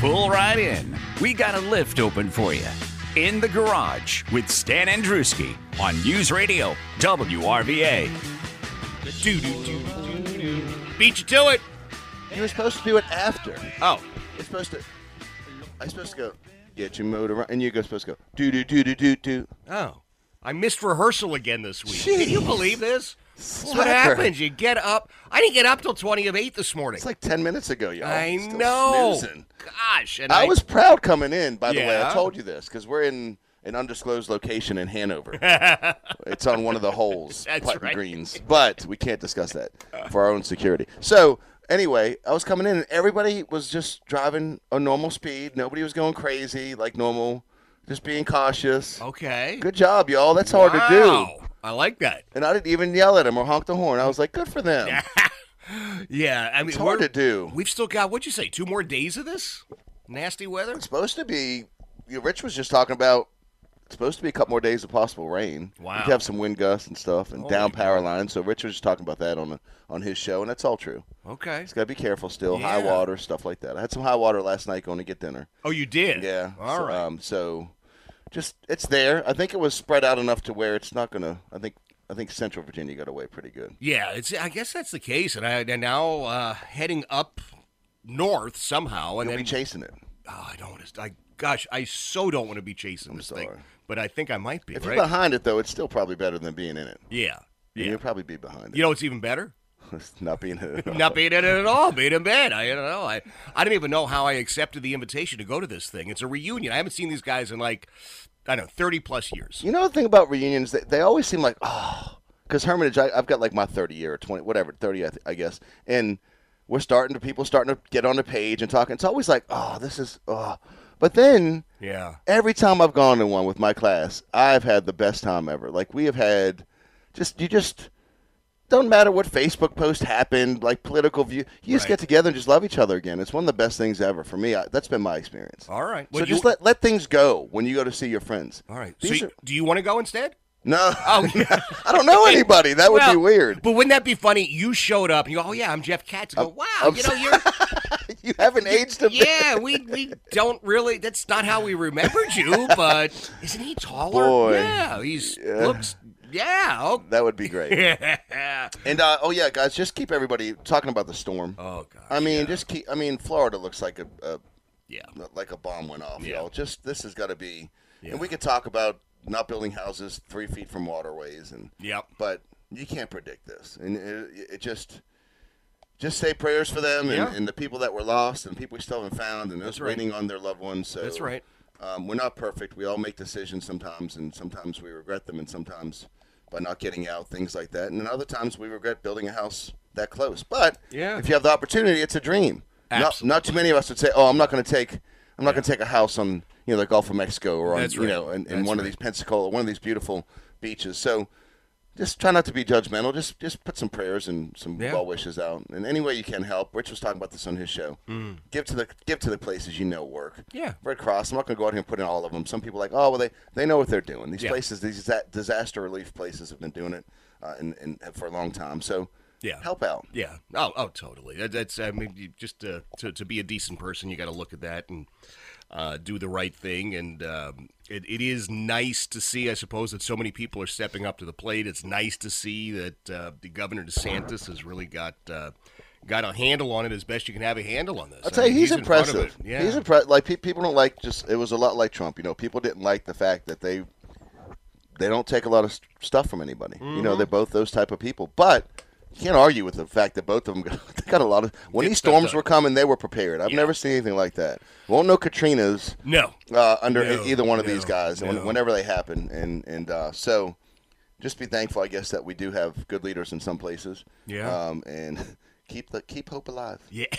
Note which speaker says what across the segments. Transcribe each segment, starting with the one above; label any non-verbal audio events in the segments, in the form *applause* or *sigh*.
Speaker 1: Pull right in. We got a lift open for you. In the garage with Stan Andruski on News Radio WRVA.
Speaker 2: Beat you to it.
Speaker 3: You were supposed to do it after.
Speaker 2: Oh,
Speaker 3: You're supposed to. I'm supposed to go get your motor run, and you're supposed to go do do do do do do.
Speaker 2: oh. I missed rehearsal again this week. Can you believe this? This is what
Speaker 3: Slacker.
Speaker 2: happens? You get up. I didn't get up till 20 of 8 this morning.
Speaker 3: It's like ten minutes ago, y'all.
Speaker 2: I
Speaker 3: Still
Speaker 2: know.
Speaker 3: snoozing.
Speaker 2: Gosh. And
Speaker 3: I was proud coming in. By the way,
Speaker 2: Yeah.
Speaker 3: I told you this because we're in an undisclosed location in
Speaker 2: *laughs*
Speaker 3: Hanover. it's on one of the holes,
Speaker 2: That's
Speaker 3: putting
Speaker 2: right.
Speaker 3: greens, but we can't discuss that for our own security. So. Anyway, I was coming in and everybody was just driving a normal speed. Nobody was going crazy like normal, just being cautious.
Speaker 2: Okay.
Speaker 3: Good job, y'all. That's hard to do.
Speaker 2: Oh. Wow. I like that.
Speaker 3: And I didn't even yell at him or honk the horn. I was like, good for
Speaker 2: *laughs*
Speaker 3: them.
Speaker 2: Yeah. I mean,
Speaker 3: it's hard to
Speaker 2: we're-
Speaker 3: do.
Speaker 2: We've still got, what'd you say, two more days of this? Nasty weather?
Speaker 3: It's supposed to be, you know, Rich was just talking about, it's supposed to be a couple more days of possible rain.
Speaker 2: Wow. Oh
Speaker 3: You could have some wind gusts and stuff and down power lines. So Rich was just talking about that on the, on his show, and that's all true.
Speaker 2: Okay.
Speaker 3: Just got to be careful still. High
Speaker 2: Yeah.
Speaker 3: water, stuff like that. I had some high water last night going to get dinner.
Speaker 2: Oh, you did?
Speaker 3: Yeah.
Speaker 2: All
Speaker 3: so,
Speaker 2: right.
Speaker 3: Um, so just, it's there. I think it was spread out enough to where it's not going to, I think, I think Central Virginia got away pretty good.
Speaker 2: Yeah, it's. I guess that's the case, and I and now uh, heading up north somehow, and
Speaker 3: You'll be
Speaker 2: then
Speaker 3: chasing it.
Speaker 2: oh, I don't want to. I gosh, I so don't want to be chasing this thing,
Speaker 3: sorry.
Speaker 2: but I think I might be.
Speaker 3: If
Speaker 2: right?
Speaker 3: you're behind it, though, it's still probably better than being in it.
Speaker 2: yeah,
Speaker 3: And
Speaker 2: yeah.
Speaker 3: You'll probably be behind it.
Speaker 2: You know what's even better?
Speaker 3: *laughs* not being in
Speaker 2: *laughs*
Speaker 3: it.
Speaker 2: Not being in it
Speaker 3: *laughs*
Speaker 2: at all, being in bed. I don't know. I, I didn't even know how I accepted the invitation to go to this thing. It's a reunion. I haven't seen these guys in like, I don't know, 30 plus years.
Speaker 3: You know the thing about reunions, they, they always seem like, oh, because Hermitage, I, I've got like my 30 year or 20, whatever, 30, I, th- I guess. And we're starting to, people starting to get on the page and talking. It's always like, oh, this is, oh. But then
Speaker 2: Yeah.
Speaker 3: every time I've gone to one with my class, I've had the best time ever. Like we have had, just you just don't matter what Facebook post happened, like political view. You just
Speaker 2: Right.
Speaker 3: get together and just love each other again. It's one of the best things ever for me. I, that's been my experience.
Speaker 2: All right.
Speaker 3: So
Speaker 2: Well,
Speaker 3: just
Speaker 2: you-
Speaker 3: let let things go when you go to see your friends.
Speaker 2: All right. So
Speaker 3: These
Speaker 2: you-
Speaker 3: are-
Speaker 2: do you want to
Speaker 3: *laughs*
Speaker 2: go instead?
Speaker 3: no,
Speaker 2: Oh, *laughs* yeah.
Speaker 3: I don't know anybody. That would be
Speaker 2: Well,
Speaker 3: weird.
Speaker 2: But wouldn't that be funny? You showed up and you go, oh, yeah, I'm Jeff Katz. You go, wow,
Speaker 3: I'm
Speaker 2: you know,
Speaker 3: so-
Speaker 2: you're.
Speaker 3: You haven't aged a bit.
Speaker 2: Yeah, we, we don't really. That's not how we remembered you. But isn't he taller?
Speaker 3: Boy.
Speaker 2: yeah, he's looks. Yeah. Oh,
Speaker 3: That would be great. and uh, oh yeah, guys, just keep everybody talking about the storm.
Speaker 2: *laughs* oh god.
Speaker 3: I mean, just keep. I mean, Florida looks like a, a
Speaker 2: yeah.
Speaker 3: like a bomb went off,
Speaker 2: Yeah.
Speaker 3: y'all. Just this has got to be, and we could talk about not building houses three feet from waterways, and
Speaker 2: Yep.
Speaker 3: but you can't predict this, and it, it just just say prayers for them and,
Speaker 2: Yeah.
Speaker 3: and the people that were lost and people we still haven't found and those
Speaker 2: right.
Speaker 3: waiting on their loved ones. So
Speaker 2: That's right.
Speaker 3: Um, we're not perfect. We all make decisions sometimes, and sometimes we regret them, and sometimes by not getting out, things like that, and then other times we regret building a house that close. But
Speaker 2: Yeah.
Speaker 3: if you have the opportunity, it's a dream. Not,
Speaker 2: Absolutely.
Speaker 3: not too many of us would say, "Oh, I'm not going to take, I'm not going to take a house on you know the Gulf of Mexico or on
Speaker 2: That's
Speaker 3: you
Speaker 2: right.
Speaker 3: know in, in
Speaker 2: That's
Speaker 3: one of
Speaker 2: right.
Speaker 3: these Pensacola, one of these beautiful beaches." So, just try not to be judgmental. Just just put some prayers and some
Speaker 2: Yeah.
Speaker 3: well wishes out, and any way you can help. Rich was talking about this on his show. Mm. Give to the give to the places you know work.
Speaker 2: Yeah.
Speaker 3: Red Cross. I'm not going to go out here and put in all of them. Some people are like, oh well, they they know what they're doing. These
Speaker 2: Yeah.
Speaker 3: places, these disa- disaster relief places, have been doing it uh, in, in, for a long time. So,
Speaker 2: Yeah.
Speaker 3: help out.
Speaker 2: Yeah. Oh, oh, totally. That, that's. I mean, you just uh, to to be a decent person, you got to look at that and uh, do the right thing. And um, it, it is nice to see, I suppose, that so many people are stepping up to the plate. It's nice to see that uh, the governor DeSantis has really got. Uh, Got a handle on it as best you can have a handle on this.
Speaker 3: I'll tell you,
Speaker 2: mean,
Speaker 3: he's,
Speaker 2: in front of
Speaker 3: impressive.
Speaker 2: it. Yeah.
Speaker 3: He's impressive. Like pe- people don't like just. It was a lot like Trump. You know, people didn't like the fact that they they don't take a lot of st- stuff from anybody. You
Speaker 2: Mm-hmm.
Speaker 3: know, they're both those type of people. But you can't argue with the fact that both of them got, *laughs* they got a lot of. When
Speaker 2: Get
Speaker 3: these
Speaker 2: stuff
Speaker 3: storms
Speaker 2: done.
Speaker 3: were coming, they were prepared. I've never seen anything like that. Won't know Katrina's
Speaker 2: No.
Speaker 3: uh, under
Speaker 2: No,
Speaker 3: either one of
Speaker 2: no,
Speaker 3: these guys when-
Speaker 2: no.
Speaker 3: whenever they happen. And and uh, so, just be thankful, I guess, that we do have good leaders in some places.
Speaker 2: Yeah.
Speaker 3: Um, and *laughs* keep the keep hope alive.
Speaker 2: Yeah. *laughs*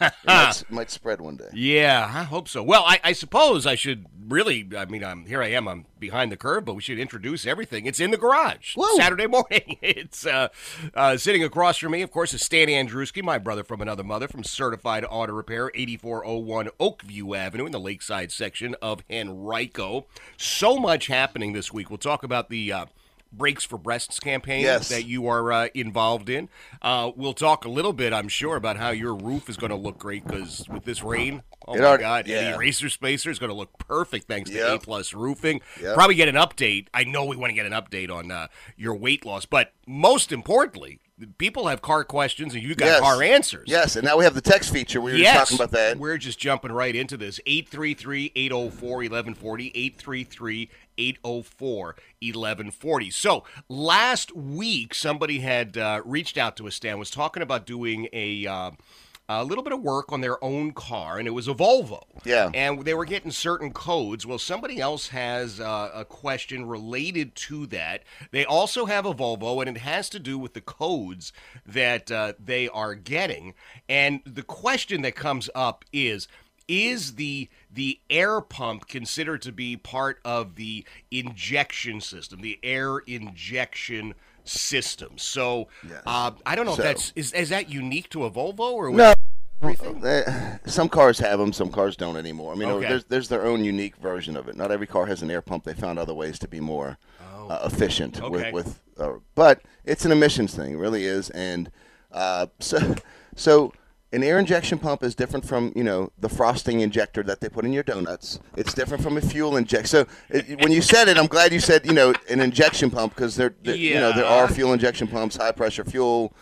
Speaker 3: It might, s- might spread one day.
Speaker 2: Yeah, I hope so. Well, I, I suppose I should really. I mean, I'm here. I am. I'm behind the curve, but we should introduce everything. It's in the garage Saturday morning. *laughs* It's uh, uh, sitting across from me. Of course, is Stan Andruski, my brother from another mother, from Certified Auto Repair, 8401 Oakview Avenue in the Lakeside section of Henrico. So much happening this week. We'll talk about the. Uh, Breaks for Breasts campaign
Speaker 3: Yes.
Speaker 2: that you are uh, involved in. Uh, we'll talk a little bit, I'm sure, about how your roof is going to look great because with this rain, oh
Speaker 3: It
Speaker 2: my
Speaker 3: already-
Speaker 2: God,
Speaker 3: yeah.
Speaker 2: the eraser spacer is going to look perfect thanks to
Speaker 3: Yep.
Speaker 2: A Plus Roofing.
Speaker 3: Yep.
Speaker 2: Probably get an update. I know we want to get an update on uh, your weight loss, but most importantly, people have car questions and you got
Speaker 3: Yes.
Speaker 2: car answers.
Speaker 3: Yes, and now we have the text feature. We were
Speaker 2: Yes.
Speaker 3: talking about that.
Speaker 2: We're just jumping right into this. 833-804-1140, 833-804-1140. So last week, somebody had uh, reached out to us, Stan, was talking about doing a... Uh, a little bit of work on their own car, and it was a Volvo.
Speaker 3: Yeah.
Speaker 2: And they were getting certain codes. Well, somebody else has uh, a question related to that. They also have a Volvo, and it has to do with the codes that uh, they are getting. And the question that comes up is. Is the the air pump considered to be part of the injection system, the air injection system? So uh, I don't know
Speaker 3: So-
Speaker 2: if that's is, is that unique to a Volvo or
Speaker 3: No. Eh, *sighs* Some cars have them, some cars don't anymore. I mean,
Speaker 2: Okay.
Speaker 3: there's, there's their own unique version of it. Not every car has an air pump. They found other ways to be more uh, efficient
Speaker 2: Oh. Okay.
Speaker 3: with, with uh, but it's an emissions thing, it really is. And uh, *laughs* so, so an air injection pump is different from you know the frosting injector that they put in your donuts. It's different from a fuel inject. So it, when you said it, I'm glad you said you know an injection pump because there, there- you know there
Speaker 2: Yeah.
Speaker 3: are fuel injection pumps, high pressure fuel.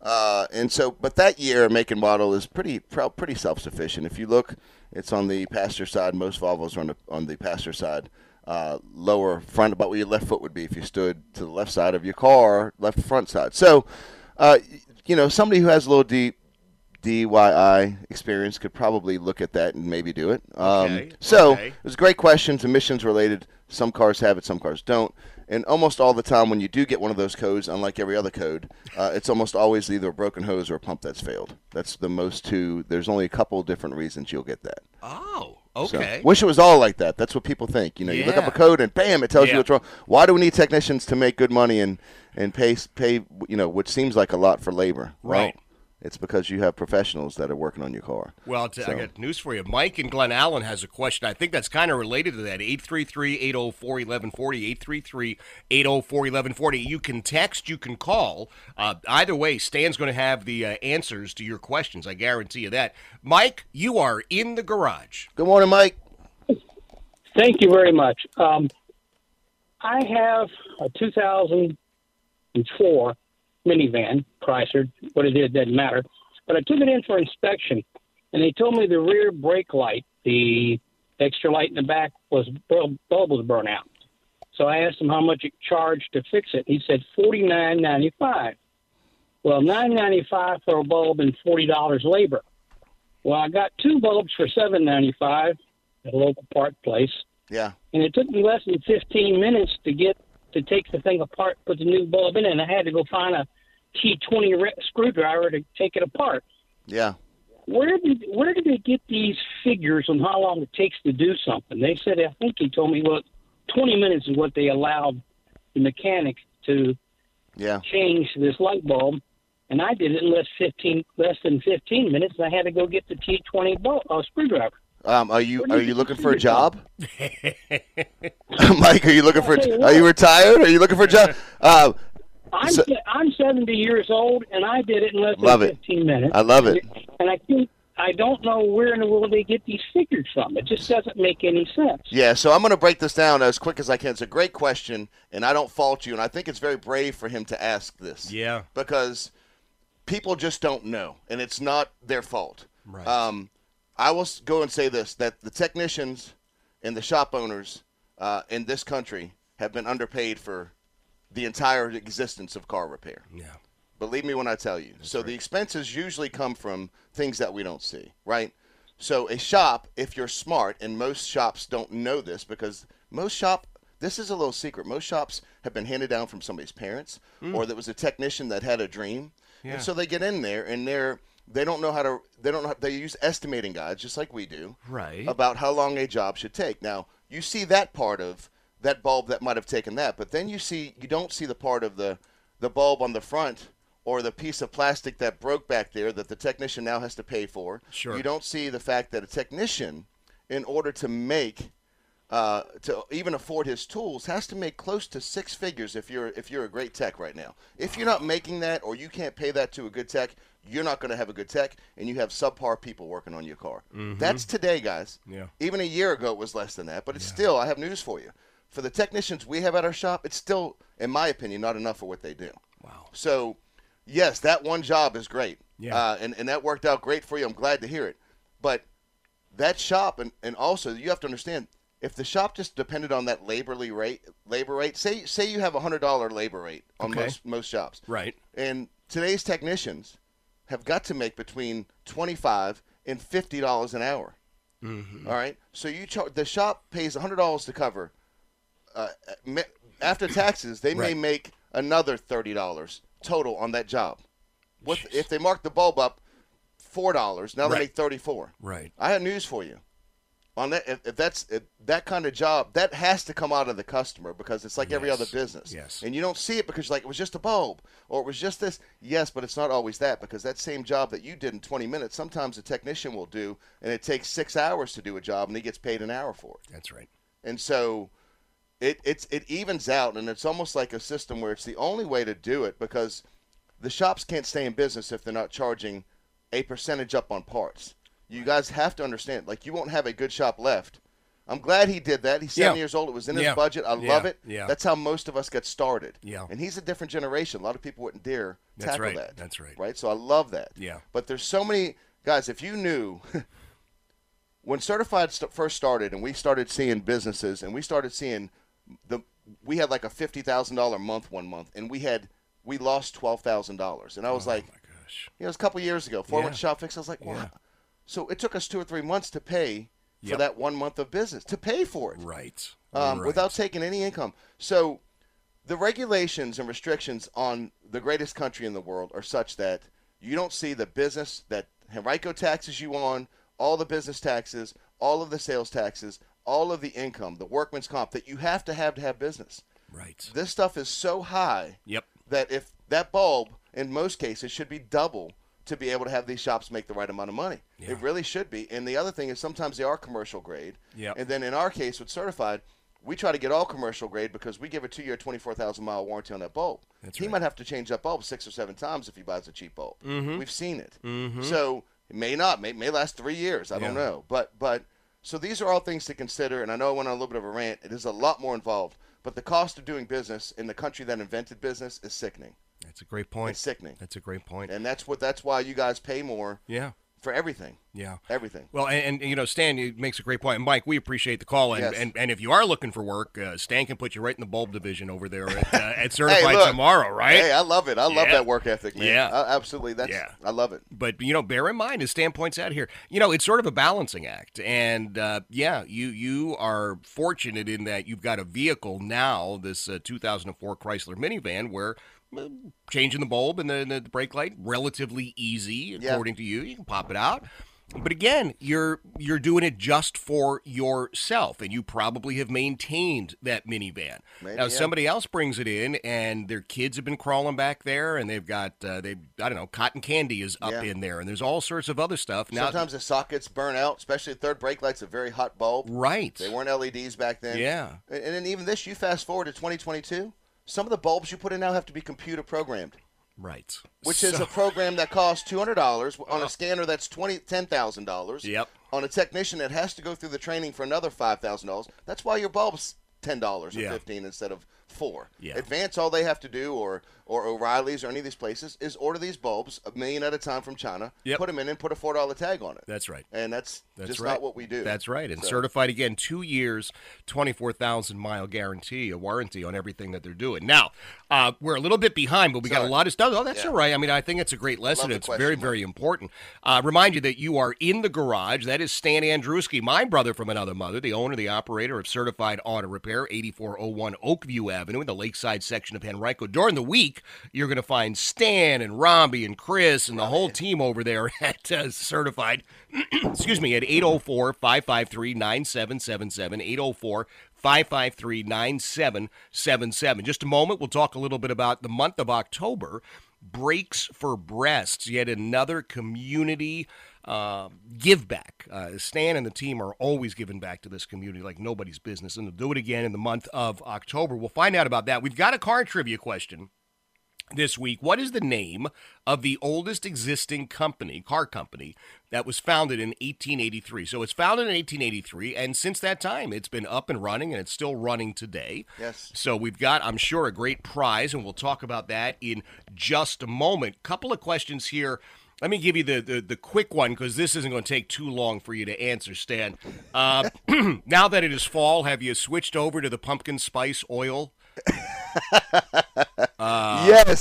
Speaker 3: Uh, and so, but that year, make and model is pretty pro- pretty self sufficient. If you look, it's on the passenger side. Most Volvos are on the, on the passenger side, uh, lower front, about where your left foot would be if you stood to the left side of your car, left front side. So, uh, y- you know, somebody who has a little D, DYI experience could probably look at that and maybe do it. Um,
Speaker 2: Okay,
Speaker 3: So,
Speaker 2: okay.
Speaker 3: it was great questions, emissions related. Some cars have it, some cars don't. And almost all the time, when you do get one of those codes, unlike every other code, uh, it's almost always either a broken hose or a pump that's failed. That's the most two. There's only a couple different reasons you'll get that.
Speaker 2: Oh,
Speaker 3: So,
Speaker 2: okay.
Speaker 3: wish it was all like that. That's what people think. You know, you look up
Speaker 2: Yeah.
Speaker 3: a code and bam, it tells
Speaker 2: Yeah.
Speaker 3: you what's wrong. Why do we need technicians to make good money and and pay pay you know which seems like a lot for labor? Well,
Speaker 2: Right.
Speaker 3: it's because you have professionals that are working on your car.
Speaker 2: Well, t- I got news for you. Mike and Glen Allen has a question. I think that's kind of related to that. 833-804-1140, 833-804-1140. You can text, you can call. Uh, either way, Stan's going to have the uh, answers to your questions. I guarantee you that. Mike, you are in the garage.
Speaker 3: Good morning, Mike.
Speaker 4: Thank you very much. Um, I have a 2004 minivan, Chrysler, what it is doesn't matter. But I took it in for inspection, and they told me the rear brake light, the extra light in the back, was bul- bulb was burnt out. So I asked him how much it charged to fix it. He said forty nine ninety five. Well, nine ninety five for a bulb and forty dollars labor. Well, I got two bulbs for seven ninety five at a local park place,
Speaker 3: Yeah.
Speaker 4: and it took me less than 15 minutes to get to take the thing apart, put the new bulb in, it, and I had to go find a T20 re- screwdriver to take it apart.
Speaker 3: Yeah.
Speaker 4: Where did where did they get these figures on how long it takes to do something? They said I think he told me well, 20 minutes is what they allowed the mechanic to
Speaker 3: Yeah.
Speaker 4: change this light bulb, and I did it in less 15 less than 15 minutes, and I had to go get the T20 bulb, uh, screwdriver.
Speaker 3: Um, are you
Speaker 4: What do
Speaker 3: are
Speaker 4: you
Speaker 3: you looking
Speaker 4: do
Speaker 3: for a
Speaker 4: with that?
Speaker 3: job? *laughs* Mike, are you looking for?
Speaker 4: I'll tell
Speaker 3: A,
Speaker 4: you
Speaker 3: are you retired? Are you looking for a job? Uh,
Speaker 4: I'm
Speaker 3: So-
Speaker 4: se- I'm 70 years old, and I did it in less
Speaker 3: Love
Speaker 4: than
Speaker 3: it.
Speaker 4: 15 minutes.
Speaker 3: I love it.
Speaker 4: And I keep I don't know where in the world they get these figures from. It just doesn't make any sense.
Speaker 3: Yeah, so I'm going to break this down as quick as I can. It's a great question, and I don't fault you, and I think it's very brave for him to ask this.
Speaker 2: Yeah.
Speaker 3: Because people just don't know, and it's not their fault. Right. Um, I will s- go and say this that the technicians and the shop owners uh, in this country have been underpaid for the entire existence of car repair.
Speaker 2: Yeah.
Speaker 3: Believe me when I tell you. so the expenses usually come from things that we don't see, right? So a shop, if you're smart, and most shops don't know this because most shop this is a little secret. Most shops have been handed down from somebody's parents or there was a technician that had a dream. And so they get in there and they're they don't know how to they don't know how, they use estimating guides just like we do
Speaker 2: Right.
Speaker 3: about how long a job should take. Now, you see that part of that bulb that might have taken that, but then you see you don't see the part of the the bulb on the front or the piece of plastic that broke back there that the technician now has to pay for.
Speaker 2: Sure.
Speaker 3: You don't see the fact that a technician, in order to make uh, to even afford his tools, has to make close to six figures if you're if you're a great tech right now. If you're not making that or you can't pay that to a good tech, you're not going to have a good tech, and you have subpar people working on your car. That's today, guys.
Speaker 2: Yeah.
Speaker 3: Even a year ago, it was less than that. But it's still, I have news for you. For the technicians we have at our shop, it's still, in my opinion, not enough for what they do. Wow. So, yes, that one job is great.
Speaker 2: Yeah.
Speaker 3: Uh, and, and that worked out great for you. I'm glad to hear it. But that shop, and, and also you have to understand, if the shop just depended on that laborly rate, labor rate, say say you have a hundred dollar labor rate on
Speaker 2: Okay.
Speaker 3: most most shops,
Speaker 2: Right.
Speaker 3: and today's technicians have got to make between twenty five and fifty dollars an hour.
Speaker 2: Mm-hmm.
Speaker 3: All right. So you char- the shop pays hundred dollars to cover. Uh, ma- after taxes, they may
Speaker 2: Right.
Speaker 3: make another thirty dollars total on that job. What if they mark the bulb up four dollars? Now they
Speaker 2: Right.
Speaker 3: make thirty four.
Speaker 2: Right.
Speaker 3: I have news for you. On that, if, if that's if that kind of job, that has to come out of the customer because it's like every other business.
Speaker 2: Yes.
Speaker 3: And you don't see it because you're like it was just a bulb or it was just this. Yes, but it's not always that because that same job that you did in 20 minutes, sometimes a technician will do, and it takes six hours to do a job, and he gets paid an hour for it.
Speaker 2: That's right.
Speaker 3: And so, it it's it evens out, and it's almost like a system where it's the only way to do it because the shops can't stay in business if they're not charging a percentage up on parts. You guys have to understand, like you won't have a good shop left. I'm glad he did that. He's seven
Speaker 2: Yeah.
Speaker 3: years old. It was in his
Speaker 2: Yeah.
Speaker 3: budget. I
Speaker 2: Yeah.
Speaker 3: love it.
Speaker 2: Yeah.
Speaker 3: That's how most of us got started.
Speaker 2: Yeah.
Speaker 3: And he's a different generation. A lot of people wouldn't dare
Speaker 2: That's
Speaker 3: tackle
Speaker 2: right.
Speaker 3: that.
Speaker 2: That's right.
Speaker 3: Right. So I love that.
Speaker 2: Yeah.
Speaker 3: But there's so many guys. If you knew *laughs* when certified st- first started and we started seeing businesses and we started seeing the we had like a $50,000 month one month and we had we lost $12,000 and I was like
Speaker 2: Oh, Gosh.
Speaker 3: you know, it was a couple years ago four month
Speaker 2: Yeah.
Speaker 3: shop fix I was like wow
Speaker 2: Yeah.
Speaker 3: so it took us 2 or 3 months to pay for
Speaker 2: Yep.
Speaker 3: that one month of business to pay for it
Speaker 2: Right.
Speaker 3: um,
Speaker 2: Right.
Speaker 3: without taking any income. So the regulations and restrictions on the greatest country in the world are such that you don't see the business that Henrico taxes you on, all the business taxes, all of the sales taxes, all of the income, the workman's comp that you have to have to have business.
Speaker 2: Right.
Speaker 3: This stuff is so high
Speaker 2: Yep.
Speaker 3: that if that bulb, in most cases, should be double to be able to have these shops make the right amount of money. It really should be. And the other thing is sometimes they are commercial grade.
Speaker 2: Yep.
Speaker 3: And then in our case with certified, we try to get all commercial grade because we give a two-year, twenty-four thousand mile warranty on that bulb. he might have to change that bulb six or seven times if he buys a cheap bulb.
Speaker 2: Mm-hmm.
Speaker 3: We've seen it. So it may not, may, may last three years. I don't know. But but so these are all things to consider, and I know I went on a little bit of a rant. It is a lot more involved, but the cost of doing business in the country that invented business is sickening.
Speaker 2: That's a great point.
Speaker 3: It's sickening,
Speaker 2: That's a great point.
Speaker 3: and that's what that's why you guys pay more
Speaker 2: Yeah.
Speaker 3: for everything,
Speaker 2: Yeah.
Speaker 3: everything.
Speaker 2: Well, and, and you know, Stan you- makes a great point. And Mike, we appreciate the call. And,
Speaker 3: Yes.
Speaker 2: and, and if you are looking for work, uh, Stan can put you right in the bulb division over there at, uh,
Speaker 3: *laughs*
Speaker 2: at Certified
Speaker 3: look.
Speaker 2: tomorrow, right?
Speaker 3: Hey, I love it. I love
Speaker 2: Yeah.
Speaker 3: that work ethic, man.
Speaker 2: Yeah.
Speaker 3: I, absolutely. That's
Speaker 2: Yeah.
Speaker 3: I love it.
Speaker 2: but you know, bear in mind, as Stan points out here, you know, it's sort of a balancing act, and uh, yeah, you you are fortunate in that you've got a vehicle now, this uh, 2004 Chrysler minivan, where uh, changing the bulb and the, the brake light relatively easy,
Speaker 3: Yeah.
Speaker 2: according to you. You can pop it out. But again, you're you're doing it just for yourself, and you probably have maintained that minivan. now, somebody else brings it in, and their kids have been crawling back there, and they've got uh, they I don't know, cotton candy is up
Speaker 3: Yeah.
Speaker 2: in there, and there's all sorts of other stuff. Now,
Speaker 3: Sometimes the sockets burn out, especially the third brake light's a very hot bulb.
Speaker 2: right?
Speaker 3: They weren't LEDs back then.
Speaker 2: Yeah.
Speaker 3: And, and then even this, you fast forward to 2022, some of the bulbs you put in now have to be computer programmed.
Speaker 2: Right.
Speaker 3: which is a program that costs two hundred dollars on a scanner that's twenty ten thousand dollars.
Speaker 2: Uh-huh. Yep.
Speaker 3: On a technician that has to go through the training for another five thousand dollars. That's why your bulb's ten dollars or
Speaker 2: Yeah.
Speaker 3: fifteen instead of four.
Speaker 2: Yeah.
Speaker 3: Advance all they have to do, or or O'Reilly's or any of these places, is order these bulbs a million at a time from China.
Speaker 2: Yep.
Speaker 3: Put them in and put a four dollar tag on it.
Speaker 2: That's right.
Speaker 3: and that's,
Speaker 2: That's
Speaker 3: just
Speaker 2: right.
Speaker 3: not what we do.
Speaker 2: That's right. And
Speaker 3: So-
Speaker 2: certified again, two years, 24,000 mile guarantee, a warranty on everything that they're doing. Now, uh, we're a little bit behind, but we got a
Speaker 3: Sorry.
Speaker 2: lot of stuff. Oh, that's
Speaker 3: Yeah.
Speaker 2: all right. I mean, I think it's a great lesson.
Speaker 3: the
Speaker 2: It's
Speaker 3: question
Speaker 2: very,
Speaker 3: mark.
Speaker 2: very important. Uh, remind you that you are in the garage. That is Stan Andruski, my brother from another mother, the owner, the operator of Certified Auto Repair, 8401 Oakview Avenue in the Lakeside section of Henrico. During the week, you're going to find Stan and Robbie and Chris and the whole team over there *laughs* at uh, Certified *clears throat* excuse me, at 804 553 9777. 804 553 9777. Just a moment, we'll talk a little bit about the month of October. Breaks for Breasts, yet another community uh, give back. Uh, Stan and the team are always giving back to this community like nobody's business, and they'll do it again in the month of October. We'll find out about that. We've got a card trivia question this week. What is the name of the oldest existing company, car company, that was founded in 1883? So it's founded in 1883, and since that time, it's been up and running, and it's still running today.
Speaker 3: Yes.
Speaker 2: So we've got, I'm sure, a great prize, and we'll talk about that in just a moment. Couple of questions here. Let me give you the, the, the quick one because this isn't going to take too long for you to answer, Stan. Uh, *clears throat* now that it is fall, have you switched over to the pumpkin spice oil?
Speaker 3: yes,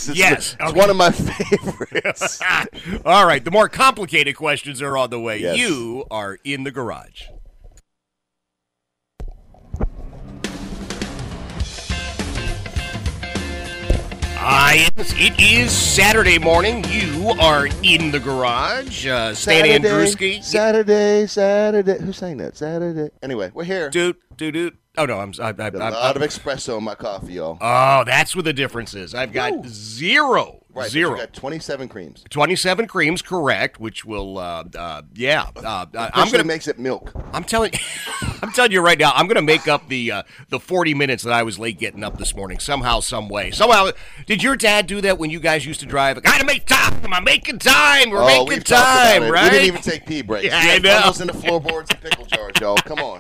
Speaker 3: it's,
Speaker 2: yes,
Speaker 3: it's
Speaker 2: okay.
Speaker 3: one of my *laughs* favorites.
Speaker 2: *laughs* All right, the more complicated questions are on the way.
Speaker 3: Yes.
Speaker 2: You are in the garage. Ah, yes, it is Saturday morning. You are in the garage. Uh, Stan
Speaker 3: Saturday,
Speaker 2: Andruski.
Speaker 3: Saturday, Saturday. Who sang that? Saturday. Anyway, we're here.
Speaker 2: Doot, doot, doot. Oh, no, I'm, I, I,
Speaker 3: Got a
Speaker 2: I-
Speaker 3: lot of espresso in my coffee, y'all.
Speaker 2: Oh, that's where the difference is. I've got zero,
Speaker 3: Right, but
Speaker 2: zero.
Speaker 3: You got 27 creams.
Speaker 2: 27 creams correct which will uh, uh yeah uh, uh, i'm
Speaker 3: Actually
Speaker 2: gonna
Speaker 3: makes it milk.
Speaker 2: i'm telling *laughs* i'm telling you right now i'm gonna make up the uh, the 40 minutes that i was late getting up this morning somehow some way somehow did your dad do that when you guys used to drive i gotta make time i'm making time we're
Speaker 3: oh,
Speaker 2: making
Speaker 3: we've talked about
Speaker 2: time
Speaker 3: it.
Speaker 2: right
Speaker 3: We didn't even take pee breaks.
Speaker 2: *laughs* Yeah,
Speaker 3: we
Speaker 2: I
Speaker 3: had
Speaker 2: know.
Speaker 3: funnels in the floorboards and pickle jars, y'all. Come on.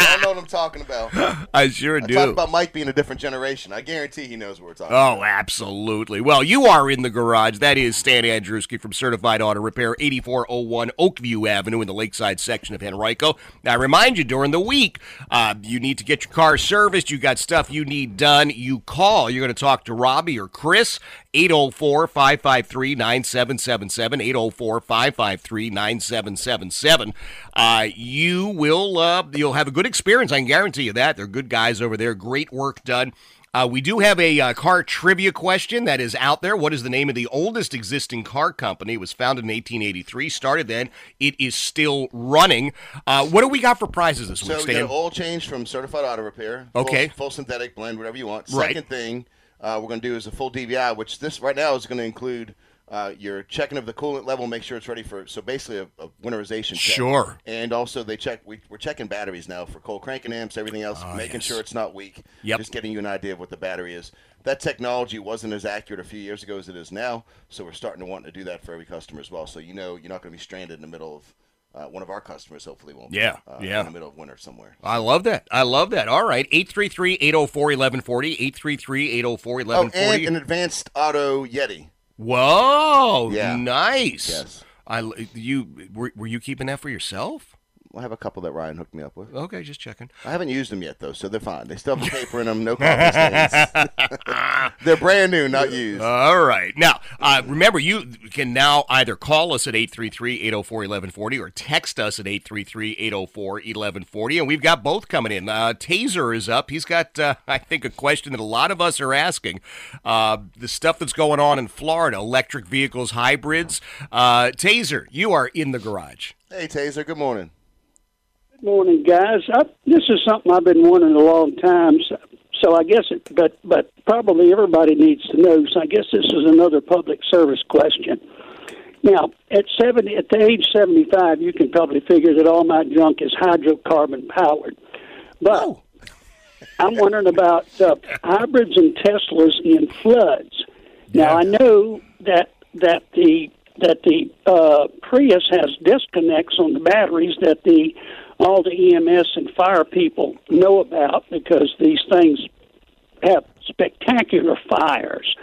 Speaker 3: Y'all know what I'm talking
Speaker 2: *laughs*
Speaker 3: about. I
Speaker 2: i sure do
Speaker 3: talked about Mike being a different generation. I guarantee he knows what we're talking
Speaker 2: Oh, absolutely. Well, you are in the garage. That is Stan Andruski from Certified Auto Repair, 8401 Oakview Avenue in the Lakeside section of Henrico. Now, I remind you, during the week, uh, you need to get your car serviced. You got stuff you need done. You call. You're going to talk to Robbie or Chris, 804 553 9777. 804 553 9777. Uh, You will, uh, you'll have a good experience. I can guarantee you that. They're good guys over there. Great work done. Uh, we do have a uh, car trivia question that is out there. What is the name of the oldest existing car company? It was founded in 1883, started then. It is still running. Uh, what do we got for prizes this
Speaker 3: So
Speaker 2: week,
Speaker 3: we got
Speaker 2: Stan?
Speaker 3: an oil change from Certified Auto Repair. Full-
Speaker 2: Okay.
Speaker 3: Full, synthetic blend, whatever you want.
Speaker 2: Right.
Speaker 3: Second thing uh, we're going to do is a full DVI, which this right now is going to include uh, your checking of the coolant level, make sure it's ready for. So basically, a, a winterization check.
Speaker 2: Sure.
Speaker 3: And also, they check. We, we're checking batteries now for cold cranking amps, everything else, making sure it's not weak.
Speaker 2: Ah, Yep.
Speaker 3: Just getting you an idea of what the battery is. That technology wasn't as accurate a few years ago as it is now, so we're starting to want to do that for every customer as well. So you know you're not going to be stranded in the middle of. Uh, one of our customers hopefully won't. be,
Speaker 2: Yeah,
Speaker 3: uh,
Speaker 2: yeah.
Speaker 3: In the middle of winter somewhere.
Speaker 2: I love that. I love that. All right. 833 804 1140. 833
Speaker 3: Oh,
Speaker 2: 804
Speaker 3: and
Speaker 2: 1140.
Speaker 3: an advanced auto Yeti.
Speaker 2: Whoa.
Speaker 3: Yeah.
Speaker 2: Nice.
Speaker 3: Yes.
Speaker 2: I, l- you were, were you keeping that for yourself?
Speaker 3: I have a couple that Ryan hooked me up with.
Speaker 2: Okay, just
Speaker 3: *laughs*
Speaker 2: checking. *laughs*
Speaker 3: I haven't used them yet though, so they're fine. They still have paper in them, no coffee stains. they're brand new,
Speaker 2: Uh,
Speaker 3: not used.
Speaker 2: All right. Now, uh, remember, you can now either call us at 833 804 1140 or text us at 833 804 1140. And we've got both coming in. Uh, Taser is up. He's got, uh, *laughs* I think, a question that a lot of us are asking. Uh, the stuff that's going on in Florida, electric vehicles, hybrids. Uh, Taser, you are in the garage.
Speaker 3: hey Taser, good morning.
Speaker 4: Morning, guys. I, this is something I've been wanting a long time, so, so I guess it. But but probably everybody needs to know. So I guess this is another public service question. Now, at seventy, at the age seventy-five, you can probably figure that all my junk is hydrocarbon powered. But I'm wondering about uh, hybrids and Teslas in floods. Now I know
Speaker 5: that that the that the uh, Prius has disconnects on the batteries that the all the EMS and fire people know about because these things have spectacular fires.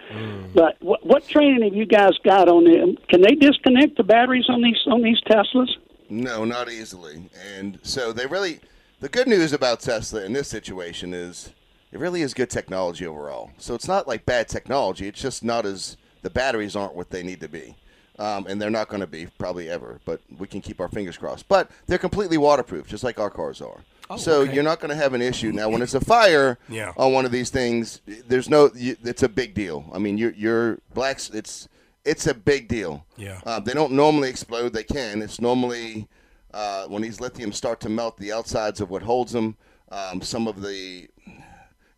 Speaker 5: But what, what training have you guys got on them? Can they disconnect the batteries on these on these Teslas?
Speaker 3: No, not easily. And so they really, the good news about Tesla in this situation is it really is good technology overall. So it's not like bad technology. It's just not as, the batteries aren't what they need to be. Um, and they're not going to be probably ever, but we can keep our fingers crossed. But they're completely waterproof, just like our cars are. so you're not going to have an issue now when it's a fire
Speaker 6: Yeah.
Speaker 3: on one of these things. There's no, you, it's a big deal. I mean, you're, you're blacks. It's it's a big deal.
Speaker 6: Yeah.
Speaker 3: Uh, they don't normally explode. They can. It's normally uh, when these lithiums start to melt, the outsides of what holds them. Um, some of the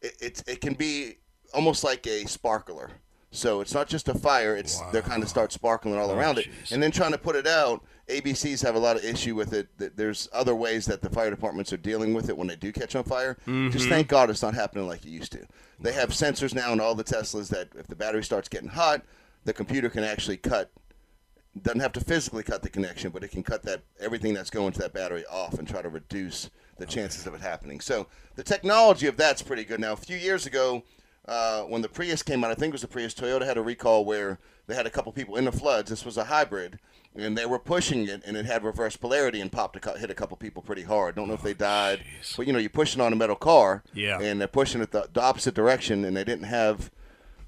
Speaker 3: it, it's it can be almost like a sparkler. So it's not just a fire; it's they kind of start sparkling all around it, and then trying to put it out. ABCs have a lot of issue with it. That There's other ways that the fire departments are dealing with it when they do catch on fire. Just thank God it's not happening like it used to. They have sensors now in all the Teslas that if the battery starts getting hot, the computer can actually cut doesn't have to physically cut the connection, but it can cut that everything that's going to that battery off and try to reduce the chances of it happening. So the technology of that's pretty good. Now, a few years ago, uh, when the Prius came out, I think it was the Prius, Toyota had a recall where they had a couple people in the floods. This was a hybrid, and they were pushing it, and it had reverse polarity and popped a, cou- hit a couple people pretty hard. Don't know if they died, but you know, you're pushing on a metal car,
Speaker 6: Yeah.
Speaker 3: and they're pushing it the, the opposite direction, and they didn't have.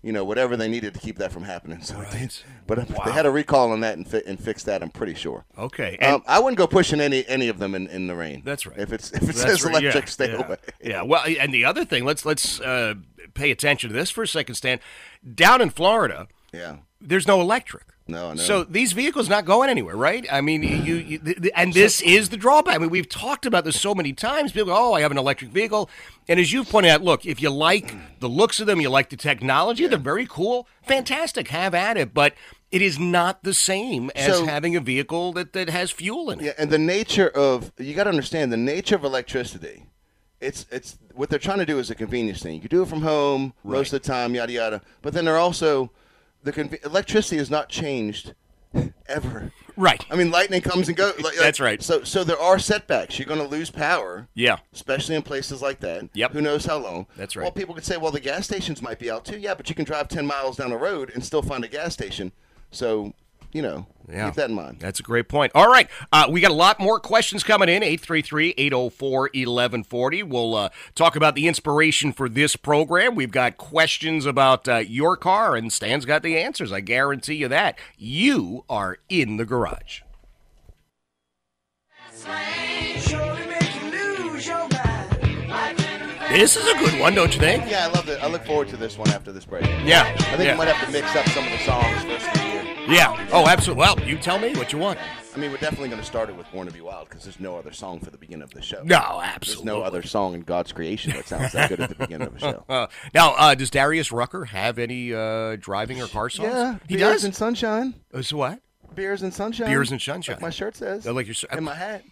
Speaker 3: You know, whatever they needed to keep that from happening. So, it did. but uh, they had a recall on that and, fi- and fixed that. I'm pretty sure.
Speaker 6: Okay. And
Speaker 3: Um, I wouldn't go pushing any any of them in, in the rain.
Speaker 6: That's right.
Speaker 3: If it's if it
Speaker 6: That's
Speaker 3: says
Speaker 6: right, yeah,
Speaker 3: electric, stay
Speaker 6: yeah.
Speaker 3: away. *laughs*
Speaker 2: Yeah. Well, and the other thing, let's let's uh, pay attention to this for a second, Stan. Down in Florida,
Speaker 3: Yeah.
Speaker 2: there's no electric.
Speaker 3: No, I know.
Speaker 2: So these vehicles not going anywhere, right? I mean, you, you th- th- and this is the drawback. I mean, we've talked about this so many times. People, go, oh, I have an electric vehicle, and as you've pointed out, look, if you like the looks of them, you like the technology, they're very cool, fantastic. Have at it, but it is not the same as
Speaker 3: So-
Speaker 2: having a vehicle that that has fuel in it.
Speaker 3: Yeah, and the nature of you got to understand the nature of electricity. It's it's what they're trying to do is a convenience thing. You can do it from home most of the time, yada yada. But then they're also the conve- electricity has not changed *laughs* ever.
Speaker 2: Right.
Speaker 3: I mean, lightning comes
Speaker 2: *laughs*
Speaker 3: and goes. like- like-
Speaker 2: That's right.
Speaker 3: So so there are setbacks. You're going to lose power.
Speaker 2: Yeah.
Speaker 3: Especially in places like that.
Speaker 2: Yep.
Speaker 3: Who knows how long?
Speaker 2: That's right.
Speaker 3: Well, people could say, well, the gas stations might be out too. Yeah, but you can drive ten miles down the road and still find a gas station. So you know,
Speaker 2: Yeah.
Speaker 3: keep that in mind.
Speaker 2: That's a great point. All right. Uh, we got a lot more questions coming in 833 804 1140. We'll uh, talk about the inspiration for this program. We've got questions about uh, your car, and Stan's got the answers. I guarantee you that. You are in the garage. This is a good one, don't you think?
Speaker 3: Yeah, I love it. I look forward to this one after this break.
Speaker 2: Yeah.
Speaker 3: I think
Speaker 2: yeah.
Speaker 3: we might have to mix up some of the songs first of the year.
Speaker 2: yeah. Oh, absolutely. Well, you tell me what you want.
Speaker 3: I mean, we're definitely going to start it with "Born to Be Wild" because there's no other song for the beginning of the show.
Speaker 2: No,
Speaker 3: there's
Speaker 2: absolutely.
Speaker 3: no other song in God's creation that sounds that good at the beginning of a show.
Speaker 2: *laughs* Uh, now, uh, does Darius Rucker have any uh, driving or car songs? he
Speaker 3: beers
Speaker 2: does.
Speaker 3: and sunshine,
Speaker 2: Uh, so what?
Speaker 3: beers and sunshine,
Speaker 2: Beers and Sunshine.
Speaker 3: Like my shirt says,
Speaker 2: Oh, like your shirt.
Speaker 3: and my hat.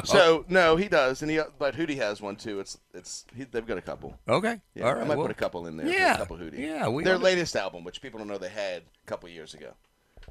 Speaker 2: *laughs*
Speaker 3: so no, he does, and he but Hootie has one too. It's it's he, they've got a couple.
Speaker 2: Okay.
Speaker 3: Yeah,
Speaker 2: All right.
Speaker 3: I might
Speaker 2: well,
Speaker 3: put a couple in there. for
Speaker 2: Yeah,
Speaker 3: a couple Hootie.
Speaker 2: yeah, we
Speaker 3: their
Speaker 2: under-
Speaker 3: latest album, which people don't know they had a couple years ago,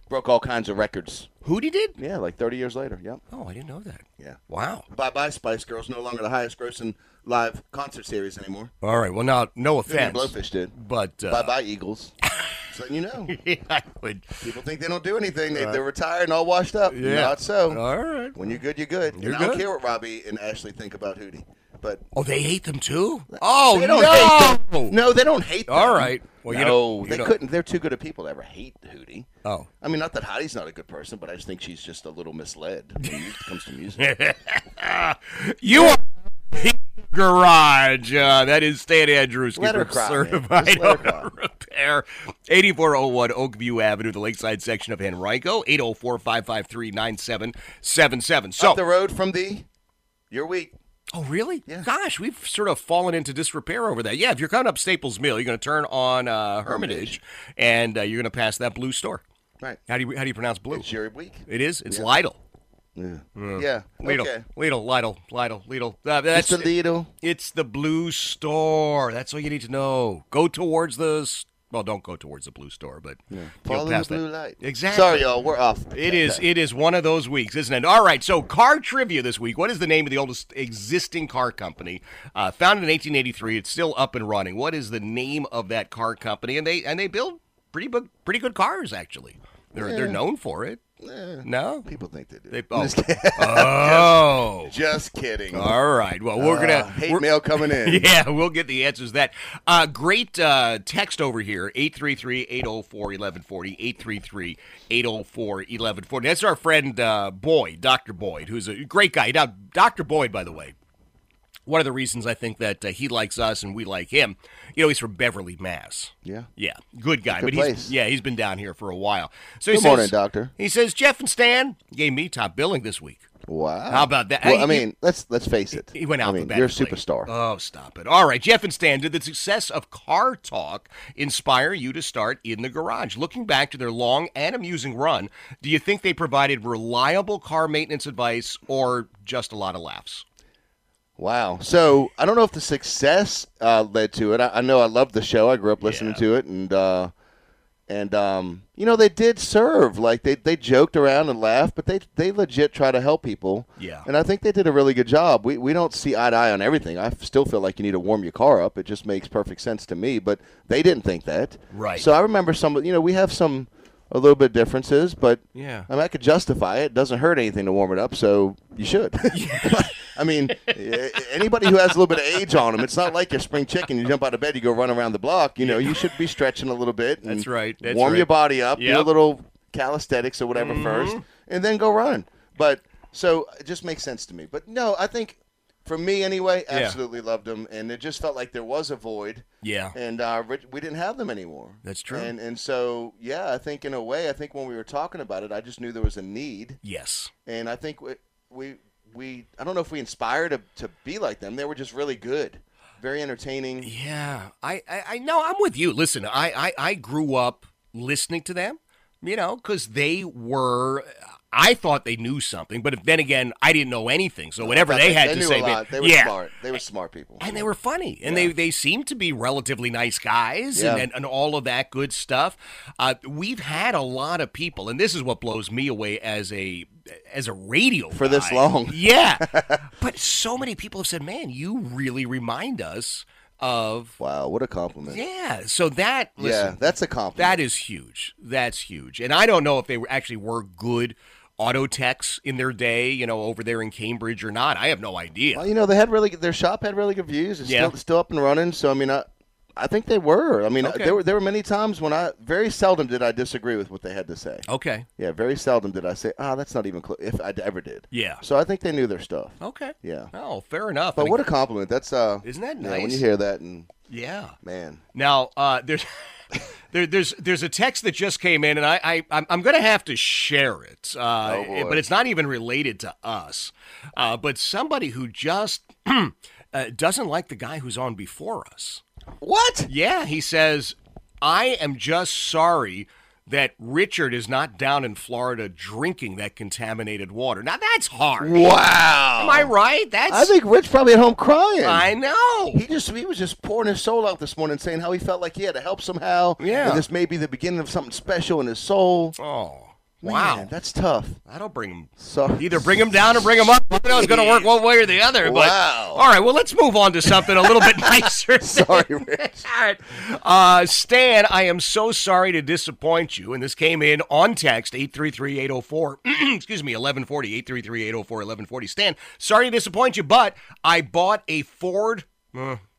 Speaker 3: broke all kinds of records.
Speaker 2: Hootie did?
Speaker 3: Yeah, like 30 years later. Yep.
Speaker 2: Oh, I didn't know that.
Speaker 3: Yeah.
Speaker 2: Wow.
Speaker 3: Bye bye Spice Girls, no longer the highest grossing live concert series anymore.
Speaker 2: All right. Well, now, no
Speaker 3: Yeah,
Speaker 2: offense,
Speaker 3: Blowfish did.
Speaker 2: but uh,
Speaker 3: bye
Speaker 2: *laughs*
Speaker 3: bye Eagles. Just letting you know.
Speaker 2: I would.
Speaker 3: People think they don't do anything. They, they're retired and all washed up. Not so.
Speaker 2: Uh, All right.
Speaker 3: When you're good, you're good.
Speaker 2: You're
Speaker 3: and I don't
Speaker 2: good.
Speaker 3: care what Robbie and Ashley think about Hootie. But
Speaker 2: Oh, they hate them too. Oh
Speaker 3: they don't hate
Speaker 2: no.
Speaker 3: them. No, they don't hate them.
Speaker 2: All right. Well, you
Speaker 3: no,
Speaker 2: don't- you
Speaker 3: they
Speaker 2: don't-
Speaker 3: couldn't. They're too good of people to ever hate Hootie.
Speaker 2: Oh.
Speaker 3: I mean, not that Hottie's not a good person, but I just think she's just a little misled when it comes to
Speaker 2: *laughs*
Speaker 3: music.
Speaker 2: You are. in the Garage. Uh, that is Stan Andrews.
Speaker 3: Let her cry, man. Just let
Speaker 2: Certified
Speaker 3: her
Speaker 2: auto repair. 8401 Oakview Avenue, the lakeside section of Henrico. 804 553 9777. So,
Speaker 3: Up the road from the, you're weak.
Speaker 2: Oh, really?
Speaker 3: Yeah.
Speaker 2: Gosh, we've sort of fallen into disrepair over that. Yeah, if you're coming up Staples Mill, you're going to turn on uh, Hermitage, and uh, you're going to pass that blue store.
Speaker 3: Right.
Speaker 2: How do you how do you pronounce blue?
Speaker 3: It's your week.
Speaker 2: It is. It's Lidl.
Speaker 3: Yeah. Yeah.
Speaker 2: Lidl.
Speaker 3: Okay.
Speaker 2: Lidl. Lidl. Lidl. Lidl. Uh, that's
Speaker 3: It's a Lidl.
Speaker 2: It's the blue store. That's all you need to know. Go towards the s- Well, don't go towards the blue store, but yeah.
Speaker 3: Follow the blue light.
Speaker 2: Exactly.
Speaker 3: Sorry, y'all. We're off.
Speaker 2: It is. It is one of those weeks, isn't it? All right. So, car trivia this week. What is the name of the oldest existing car company? Uh, founded in 1883, it's still up and running. What is the name of that car company? And they and they build pretty bu- pretty good cars actually. They're they're known for it.
Speaker 3: *laughs*
Speaker 2: No.
Speaker 3: People think they do.
Speaker 2: They, oh.
Speaker 3: *laughs*
Speaker 2: oh.
Speaker 3: Just kidding.
Speaker 2: All right. Well, we're gonna
Speaker 3: Uh, hate
Speaker 2: we're-
Speaker 3: mail coming in.
Speaker 2: Yeah, we'll get the answers to that. Uh, great uh, text over here 833 804 1140. 833 804 1140. That's our friend uh, Boyd, Dr. Boyd, who's a great guy. Now, Dr. Boyd, by the way, one of the reasons I think that uh, he likes us and we like him, you know, he's from Beverly, Mass.
Speaker 3: Yeah.
Speaker 2: *laughs* Yeah, good guy.
Speaker 3: Good
Speaker 2: but
Speaker 3: place.
Speaker 2: he's yeah, he's been down here for a while. So he
Speaker 3: Good
Speaker 2: says,
Speaker 3: morning, Doctor.
Speaker 2: He says Jeff and Stan gave me top billing this week.
Speaker 3: Wow.
Speaker 2: How about that?
Speaker 3: Well,
Speaker 2: Hey,
Speaker 3: I mean, let's let's face it.
Speaker 2: He went
Speaker 3: I mean,
Speaker 2: alphabetically.
Speaker 3: you're a superstar.
Speaker 2: Oh, stop it. All right, Jeff and Stan, did the success of Car Talk inspire you to start in the garage? Looking back to their long and amusing run, do you think they provided reliable car maintenance advice or just a lot of laughs?
Speaker 3: Wow. So I don't know if the success uh, led to it. I, I know I loved the show. I grew up listening to it, and uh, and um, you know they did serve. Like they, they joked around and laughed, but they they legit try to help people.
Speaker 2: Yeah.
Speaker 3: And I think they did a really good job. We we don't see eye to eye on everything. I f- still feel like you need to warm your car up. It just makes perfect sense to me. But they didn't think that.
Speaker 2: Right.
Speaker 3: So I remember some. You know, we have some a little bit of differences, but
Speaker 2: Yeah.
Speaker 3: I mean, I could justify it. It doesn't hurt anything to warm it up, so you should.
Speaker 2: *laughs*
Speaker 3: *laughs* I mean, eh, anybody who has a little bit of age on them, it's not like your spring chicken. You jump out of bed, you go run around the block. You know, you should be stretching a little bit. and
Speaker 2: That's right. That's
Speaker 3: warm
Speaker 2: right.
Speaker 3: your body up. Do a
Speaker 2: Yep. Mm-hmm.
Speaker 3: little calisthenics or whatever first, and then go run. But so it just makes sense to me. But no, I think for me anyway, absolutely loved them, and it just felt like there was a void
Speaker 2: Yeah.
Speaker 3: and uh, Rich, we didn't have them anymore.
Speaker 2: That's true.
Speaker 3: And and so yeah, I think in a way, I think when we were talking about it, I just knew there was a need,
Speaker 2: Yes.
Speaker 3: and I think we we, we I don't know if we inspired to to be like them. They were just really good, very entertaining.
Speaker 2: Yeah, I, I, I know. I'm with you. Listen, I, I, I grew up listening to them, you know, because they were. I thought they knew something, but then again, I didn't know anything. So whatever they had
Speaker 3: they
Speaker 2: to
Speaker 3: knew
Speaker 2: say,
Speaker 3: a lot. They were
Speaker 2: yeah,
Speaker 3: smart. They were smart people.
Speaker 2: and they were funny, and they they seemed to be relatively nice guys,
Speaker 3: Yeah.
Speaker 2: and, and and all of that good stuff. Uh, we've had a lot of people, and this is what blows me away as a as a radio
Speaker 3: For this
Speaker 2: guy.
Speaker 3: long.
Speaker 2: *laughs* Yeah,
Speaker 3: *laughs*
Speaker 2: but so many people have said, "Man, you really remind us of."
Speaker 3: Wow, what a compliment.
Speaker 2: Yeah, so that
Speaker 3: yeah,
Speaker 2: listen,
Speaker 3: that's a compliment.
Speaker 2: that is huge. That's huge. And I don't know if they were actually were good auto techs in their day, you know, over there in Cambridge or not. I have no idea.
Speaker 3: Well, you know, they had really good- their shop had really good views. It's
Speaker 2: Yeah.
Speaker 3: still, still up and running. So I mean, I, I think they were. I mean,
Speaker 2: Okay.
Speaker 3: there were there were many times when I very seldom did I disagree with what they had to say.
Speaker 2: Okay.
Speaker 3: Yeah, very seldom did I say, ah, that's not even close. If I d- ever did.
Speaker 2: Yeah.
Speaker 3: So I think they knew their stuff.
Speaker 2: Okay.
Speaker 3: Yeah.
Speaker 2: Oh, fair enough.
Speaker 3: But
Speaker 2: And
Speaker 3: what a compliment. That's uh.
Speaker 2: Isn't that
Speaker 3: Yeah, when you
Speaker 2: nice?
Speaker 3: hear that, and
Speaker 2: yeah.
Speaker 3: man,
Speaker 2: Now, uh, there's *laughs* there, there's there's a text that just came in, and I, I I'm, I'm going to have to share it, uh,
Speaker 3: Oh, boy.
Speaker 2: but it's not even related to us. Uh, but somebody who just *clears throat* uh, doesn't like the guy who's on before us.
Speaker 3: what?
Speaker 2: Yeah, he says, I am just sorry that Richard is not down in Florida drinking that contaminated water. Now that's hard.
Speaker 3: Wow.
Speaker 2: Am I right? That's
Speaker 3: I think Rich probably at home crying.
Speaker 2: I know.
Speaker 3: He just he was just pouring his soul out this morning, saying how he felt like he had to help somehow.
Speaker 2: Yeah.
Speaker 3: And this may be the beginning of something special in his soul.
Speaker 2: oh.
Speaker 3: Man,
Speaker 2: Wow.
Speaker 3: that's tough.
Speaker 2: That'll bring him.
Speaker 3: Sorry.
Speaker 2: Either bring him down or bring him up. I know it's going to work one way or the other. But
Speaker 3: Wow.
Speaker 2: all right, well, let's move on to something a little bit *laughs*
Speaker 3: *laughs*
Speaker 2: nicer.
Speaker 3: Sorry, Rich.
Speaker 2: All right. Uh, Stan, I am so sorry to disappoint you. And this came in on text 833 804, *clears throat* excuse me, 1140, 833 804, 1140. Stan, sorry to disappoint you, but I bought a Ford.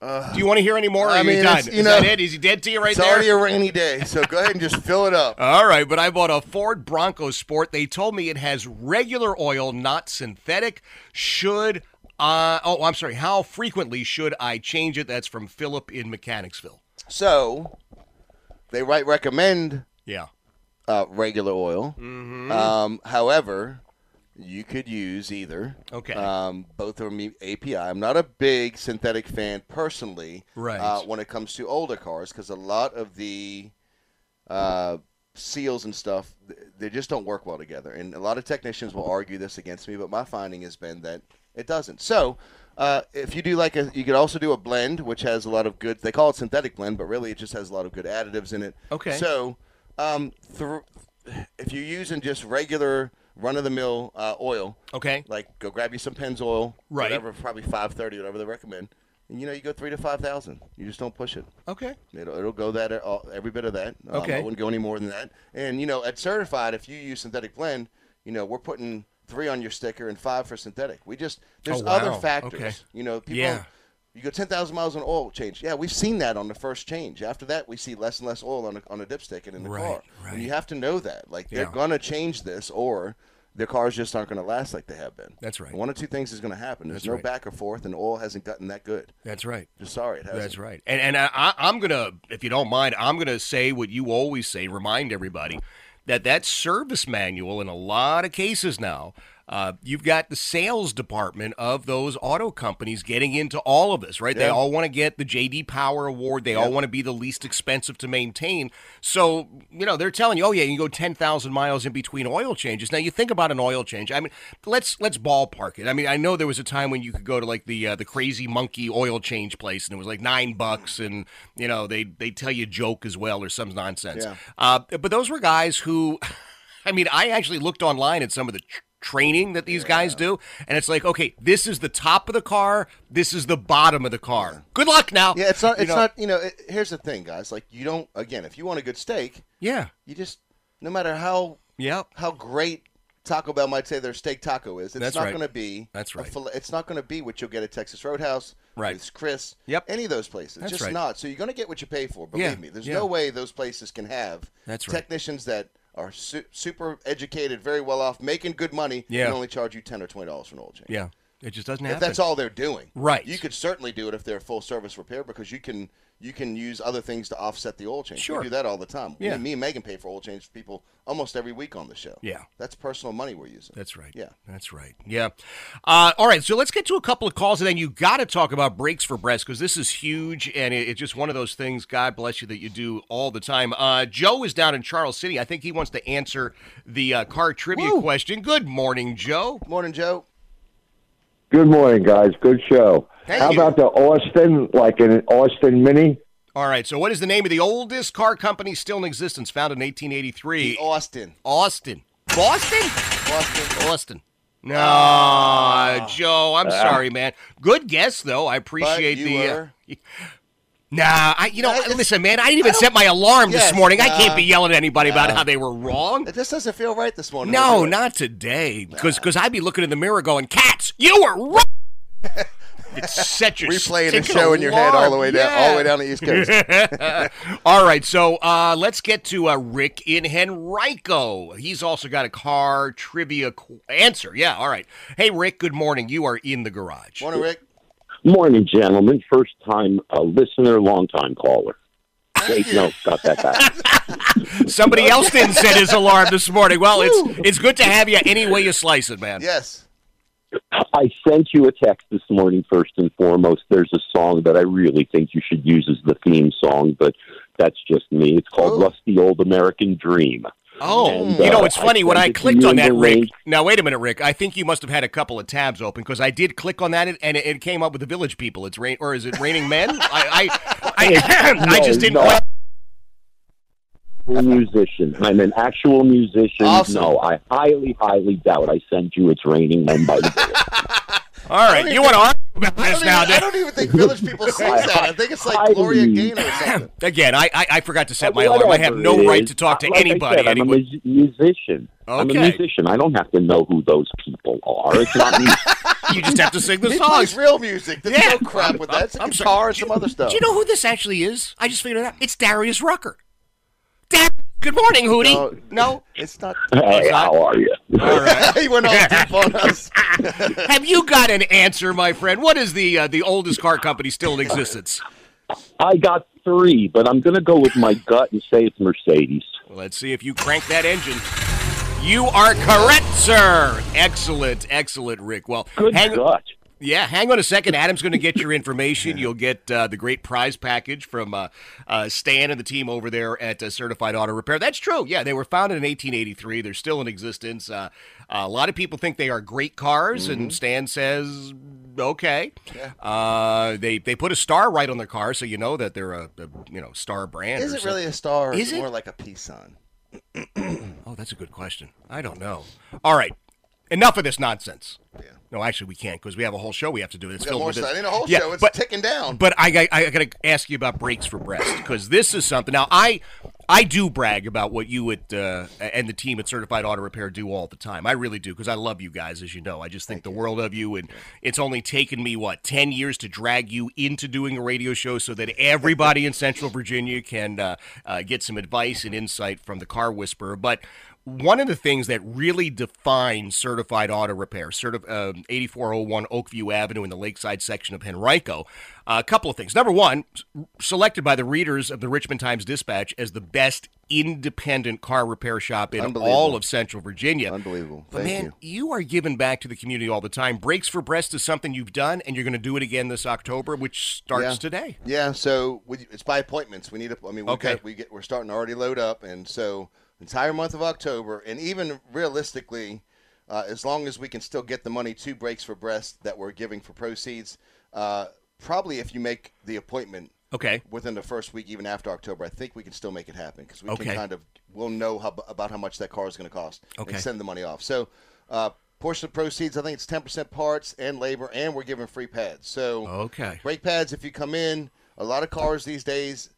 Speaker 2: Uh, do you want to hear any more?
Speaker 3: I
Speaker 2: Are you
Speaker 3: mean,
Speaker 2: done?
Speaker 3: it's- you
Speaker 2: Is
Speaker 3: know,
Speaker 2: that it? Is he dead to you right
Speaker 3: it's
Speaker 2: there? Uh.
Speaker 3: already a rainy day, so go ahead and just fill it up.
Speaker 2: All right, but I bought a Ford Bronco Sport. They told me it has regular oil, not synthetic. Should uh oh, I'm sorry. How frequently should I change it? That's from Philip in Mechanicsville.
Speaker 3: So, they right recommend
Speaker 2: Yeah.
Speaker 3: uh, regular oil.
Speaker 2: Mm-hmm.
Speaker 3: Um, however, you could use either.
Speaker 2: Okay.
Speaker 3: Um, both are me- API. I'm not a big synthetic fan personally.
Speaker 2: Right.
Speaker 3: Uh, when it comes to older cars, because a lot of the uh, seals and stuff, th- they just don't work well together. And a lot of technicians will argue this against me, but my finding has been that It doesn't. So, uh, if you do like a, you could also do a blend, which has a lot of good. They call it synthetic blend, but really it just has a lot of good additives in it.
Speaker 2: Okay.
Speaker 3: So, um, thr if you're using just regular run-of-the-mill uh, oil,
Speaker 2: Okay.
Speaker 3: like go grab you some Pennzoil,
Speaker 2: Right.
Speaker 3: Whatever, probably five thirty, whatever they recommend. And you know, you go three to five thousand. You just don't push it.
Speaker 2: Okay.
Speaker 3: It'll, it'll go that uh, every bit of that. Um,
Speaker 2: Okay.
Speaker 3: I wouldn't go any more than that. And you know, at certified, if you use synthetic blend, you know we're putting three on your sticker and five for synthetic. We just there's
Speaker 2: Oh,
Speaker 3: other
Speaker 2: wow.
Speaker 3: factors.
Speaker 2: Okay.
Speaker 3: You know, people.
Speaker 2: Yeah.
Speaker 3: You go ten thousand miles on oil change. Yeah, we've seen that on the first change. After that, we see less and less oil on a, on a dipstick and in the
Speaker 2: Right,
Speaker 3: car.
Speaker 2: right.
Speaker 3: And you have to know that. Like they're
Speaker 2: Yeah.
Speaker 3: gonna change this, or their cars just aren't gonna last like they have been.
Speaker 2: That's right.
Speaker 3: One of two things is gonna happen. There's no
Speaker 2: right.
Speaker 3: back or forth, and oil hasn't gotten that good.
Speaker 2: That's right.
Speaker 3: Just sorry, it hasn't.
Speaker 2: That's right. And and I, I, I'm gonna, if you don't mind, I'm gonna say what you always say. Remind everybody that that service manual in a lot of cases now. Uh, you've got the sales department of those auto companies getting into all of this, right? They all want to get the JD Power Award. They all want to be the least expensive to maintain. So, you know, they're telling you, oh yeah, you can go ten thousand miles in between oil changes. Now you think about an oil change. I mean, let's let's ballpark it. I mean, I know there was a time when you could go to like the uh, the crazy monkey oil change place and it was like nine bucks, and you know they they tell you a joke as well or some nonsense.
Speaker 3: Yeah.
Speaker 2: Uh, but those were guys who, *laughs* I mean, I actually looked online at some of the. Tr- training that these guys do and it's like okay this is the top of the car this is the bottom of the car good luck now
Speaker 3: Yeah, it's not.
Speaker 2: You
Speaker 3: It's
Speaker 2: know?
Speaker 3: not. You know, it, here's the thing, guys. Like, you don't. Again, if you want a good steak,
Speaker 2: yeah
Speaker 3: you just no matter how
Speaker 2: Yep.
Speaker 3: how great Taco Bell might say their steak taco is, it's
Speaker 2: That's
Speaker 3: not
Speaker 2: right.
Speaker 3: going to be.
Speaker 2: That's
Speaker 3: a
Speaker 2: right.
Speaker 3: fillet- it's not going to be what you'll get at Texas Roadhouse.
Speaker 2: Right.
Speaker 3: With Chris.
Speaker 2: Yep.
Speaker 3: Any of those places.
Speaker 2: That's
Speaker 3: just
Speaker 2: right.
Speaker 3: not. So you're going to get what you pay for. Believe
Speaker 2: Yeah,
Speaker 3: me. There's
Speaker 2: yeah.
Speaker 3: no way those places can have
Speaker 2: That's right.
Speaker 3: technicians that are su- super educated, very well off, making good money,
Speaker 2: Yeah.
Speaker 3: and only charge you ten or twenty dollars for an oil change.
Speaker 2: Yeah, it just doesn't
Speaker 3: if
Speaker 2: happen.
Speaker 3: that's all they're doing.
Speaker 2: Right.
Speaker 3: You could certainly do it if they're full service repair because you can you can use other things to offset the oil change.
Speaker 2: Sure.
Speaker 3: We do that all the time.
Speaker 2: Yeah.
Speaker 3: Me, me and Megan pay for oil change for people almost every week on the show.
Speaker 2: Yeah.
Speaker 3: That's personal money we're using.
Speaker 2: That's right.
Speaker 3: Yeah.
Speaker 2: that's right. Yeah. Uh, all right, so let's get to a couple of calls, and then you got to talk about breaks for breasts because this is huge, and it, it's just one of those things. God bless you that you do all the time. Uh, Joe is down in Charles City. I think he wants to answer the uh, car trivia question. Good morning, Joe.
Speaker 3: Morning, Joe.
Speaker 6: Good morning, guys. Good show.
Speaker 2: Thank
Speaker 6: How
Speaker 2: you.
Speaker 6: about the Austin, like an Austin Mini?
Speaker 2: All right, so what is the name of the oldest car company still in existence, founded in 1883?
Speaker 3: Austin.
Speaker 2: Austin, Boston.
Speaker 3: Austin.
Speaker 2: Austin. No,
Speaker 3: Ah.
Speaker 2: Joe, I'm sorry, man. Good guess though. I *laughs* appreciate
Speaker 3: you
Speaker 2: the.
Speaker 3: were-
Speaker 2: Uh, nah, I you know,
Speaker 3: I- it's-
Speaker 2: listen, man. I didn't even set my alarm this
Speaker 3: Yes,
Speaker 2: morning. I can't
Speaker 3: nah.
Speaker 2: be yelling at anybody about how they were wrong.
Speaker 3: It just doesn't feel right this morning.
Speaker 2: No,
Speaker 3: does it?
Speaker 2: not today, because I'd be looking in the mirror going, "Cats, you were wrong." It set your
Speaker 3: Replaying the
Speaker 2: stinking
Speaker 3: show in your head all the way down, all the way down
Speaker 2: alarm.
Speaker 3: the East
Speaker 2: *laughs*
Speaker 3: Coast.
Speaker 2: Yeah. all right, so uh, let's get to uh, Rick in Henrico. He's also got a car trivia qu- answer. Yeah, all right. Hey, Rick. Good morning. You are in the garage.
Speaker 3: Morning, Rick.
Speaker 6: Morning, gentlemen. First time uh, listener, long time caller. Wait, no, got that back. *laughs*
Speaker 2: Somebody else didn't set his alarm this morning. Well, it's it's good to have you any way you slice it, man.
Speaker 3: Yes.
Speaker 6: I sent you a text this morning, first and foremost. There's a song that I really think you should use as the theme song, but that's just me. It's called
Speaker 3: Oh.
Speaker 6: Rusty Old American Dream.
Speaker 2: Oh,
Speaker 6: And,
Speaker 2: you know
Speaker 6: uh,
Speaker 2: it's funny
Speaker 6: I
Speaker 2: when
Speaker 6: sent
Speaker 2: I
Speaker 6: it to
Speaker 2: clicked
Speaker 6: you
Speaker 2: on
Speaker 6: in
Speaker 2: that,
Speaker 6: the
Speaker 2: Rick.
Speaker 6: link.
Speaker 2: Now wait a minute, Rick. I think you must have had a couple of tabs open because I did click on that and and it, it came up with the Village People. It's rain or is it Raining Men? I I I, *laughs* I just
Speaker 6: No,
Speaker 2: didn't.
Speaker 6: no,
Speaker 2: click.
Speaker 6: I'm a musician. I'm an actual musician.
Speaker 3: Awesome.
Speaker 6: No, I highly, highly doubt I sent you It's Raining Men by the Village.
Speaker 2: All right, you want to argue about
Speaker 3: I
Speaker 2: this
Speaker 3: don't, even,
Speaker 2: now?
Speaker 3: I don't even think village people sing that. I think it's like Gloria Gaynor or something.
Speaker 2: *clears throat* Again, I, I I forgot to set my
Speaker 6: Whatever
Speaker 2: alarm. I have no
Speaker 6: it
Speaker 2: right
Speaker 6: is,
Speaker 2: to talk to
Speaker 6: like I
Speaker 2: anybody.
Speaker 6: said, I'm a
Speaker 2: anyway.
Speaker 6: *laughs* mus- musician. I'm a
Speaker 2: Okay.
Speaker 6: musician. I don't have to know who those people are. It's not
Speaker 2: *laughs*
Speaker 6: me.
Speaker 2: You just have to sing the
Speaker 3: He plays
Speaker 2: songs.
Speaker 3: real music. There's
Speaker 2: Yeah.
Speaker 3: no crap with that. It's a
Speaker 2: I'm sorry.
Speaker 3: guitar and some other stuff.
Speaker 2: Do you know who this actually is? I just figured it out. It's Darius Rucker. Dar- Good morning, Hootie.
Speaker 3: Oh, No.
Speaker 2: no?
Speaker 3: It's not.
Speaker 6: Hey,
Speaker 2: not.
Speaker 6: how are you?
Speaker 2: All right.
Speaker 3: he went off deep on us.
Speaker 2: *laughs* Have you got an answer, my friend? What is the uh, the oldest car company still in existence?
Speaker 6: I got three, but I'm going to go with my gut and say it's Mercedes.
Speaker 2: Let's see if you crank that engine. You are correct, sir. Excellent, excellent, Rick. Well,
Speaker 6: Good
Speaker 2: hang,
Speaker 6: gut.
Speaker 2: Yeah, hang on a second. Adam's going to
Speaker 3: *laughs*
Speaker 2: get your information. You'll get uh, the great prize package from uh, uh, Stan and the team over there at uh, Certified Auto Repair. That's true. Yeah, they were founded in 1883. They're still in existence. Uh, a lot of people think they are great cars,
Speaker 3: Mm-hmm.
Speaker 2: and Stan says, okay. Uh, they they put a star right on their car, so you know that they're a, a you know star brand.
Speaker 3: Is
Speaker 2: or
Speaker 3: it really
Speaker 2: something.
Speaker 3: a star? Or
Speaker 2: Is
Speaker 3: it
Speaker 2: it?
Speaker 3: more like a peace sign?
Speaker 2: Oh, that's a good question. I don't know. All right. Enough of this nonsense. Yeah. No, actually, we can't because we have a whole show we have to do. It's
Speaker 3: We got
Speaker 2: filled
Speaker 3: more
Speaker 2: with this-
Speaker 3: stuff. Ain't a whole
Speaker 2: Yeah,
Speaker 3: show. It's
Speaker 2: but-
Speaker 3: ticking down.
Speaker 2: But I, I, I got to ask you about breaks for breast because this is something. Now, I I do brag about what you at uh, and the team at Certified Auto Repair do all the time. I really do because I love you guys, as you know. I just think the world of you, and it's only taken me what ten years to drag you into doing a radio show so that everybody in Central Virginia can uh, uh, get some advice and insight from the Car Whisperer, but. One of the things that really defines certified auto repair, certif- um 8401 Oakview Avenue in the Lakeside section of Henrico, uh, a couple of things. Number one, s- selected by the readers of the Richmond Times Dispatch as the best independent car repair shop in
Speaker 3: Unbelievable.
Speaker 2: all of Central Virginia.
Speaker 3: Unbelievable.
Speaker 2: But
Speaker 3: Thank
Speaker 2: man, you. are giving back to the community all the time. Breaks for Breast is something you've done, and you're going to do it again this October, which starts
Speaker 3: Yeah.
Speaker 2: today.
Speaker 3: Yeah, so we, it's by appointments. We need. A, I mean, we
Speaker 2: Okay.
Speaker 3: got, we get we're starting to already load up, and so entire month of October, and even realistically, uh, as long as we can still get the money to breaks for breast that we're giving for proceeds, uh, probably if you make the appointment
Speaker 2: Okay.
Speaker 3: within the first week, even after October, I think we can still make it happen because we
Speaker 2: Okay.
Speaker 3: can kind of we'll know how, about how much that car is going to cost
Speaker 2: Okay.
Speaker 3: and send the money off. So. Uh, Portion of proceeds, I think it's ten percent parts and labor, and we're giving free pads. So
Speaker 2: Okay.
Speaker 3: brake pads if you come in a lot of cars these days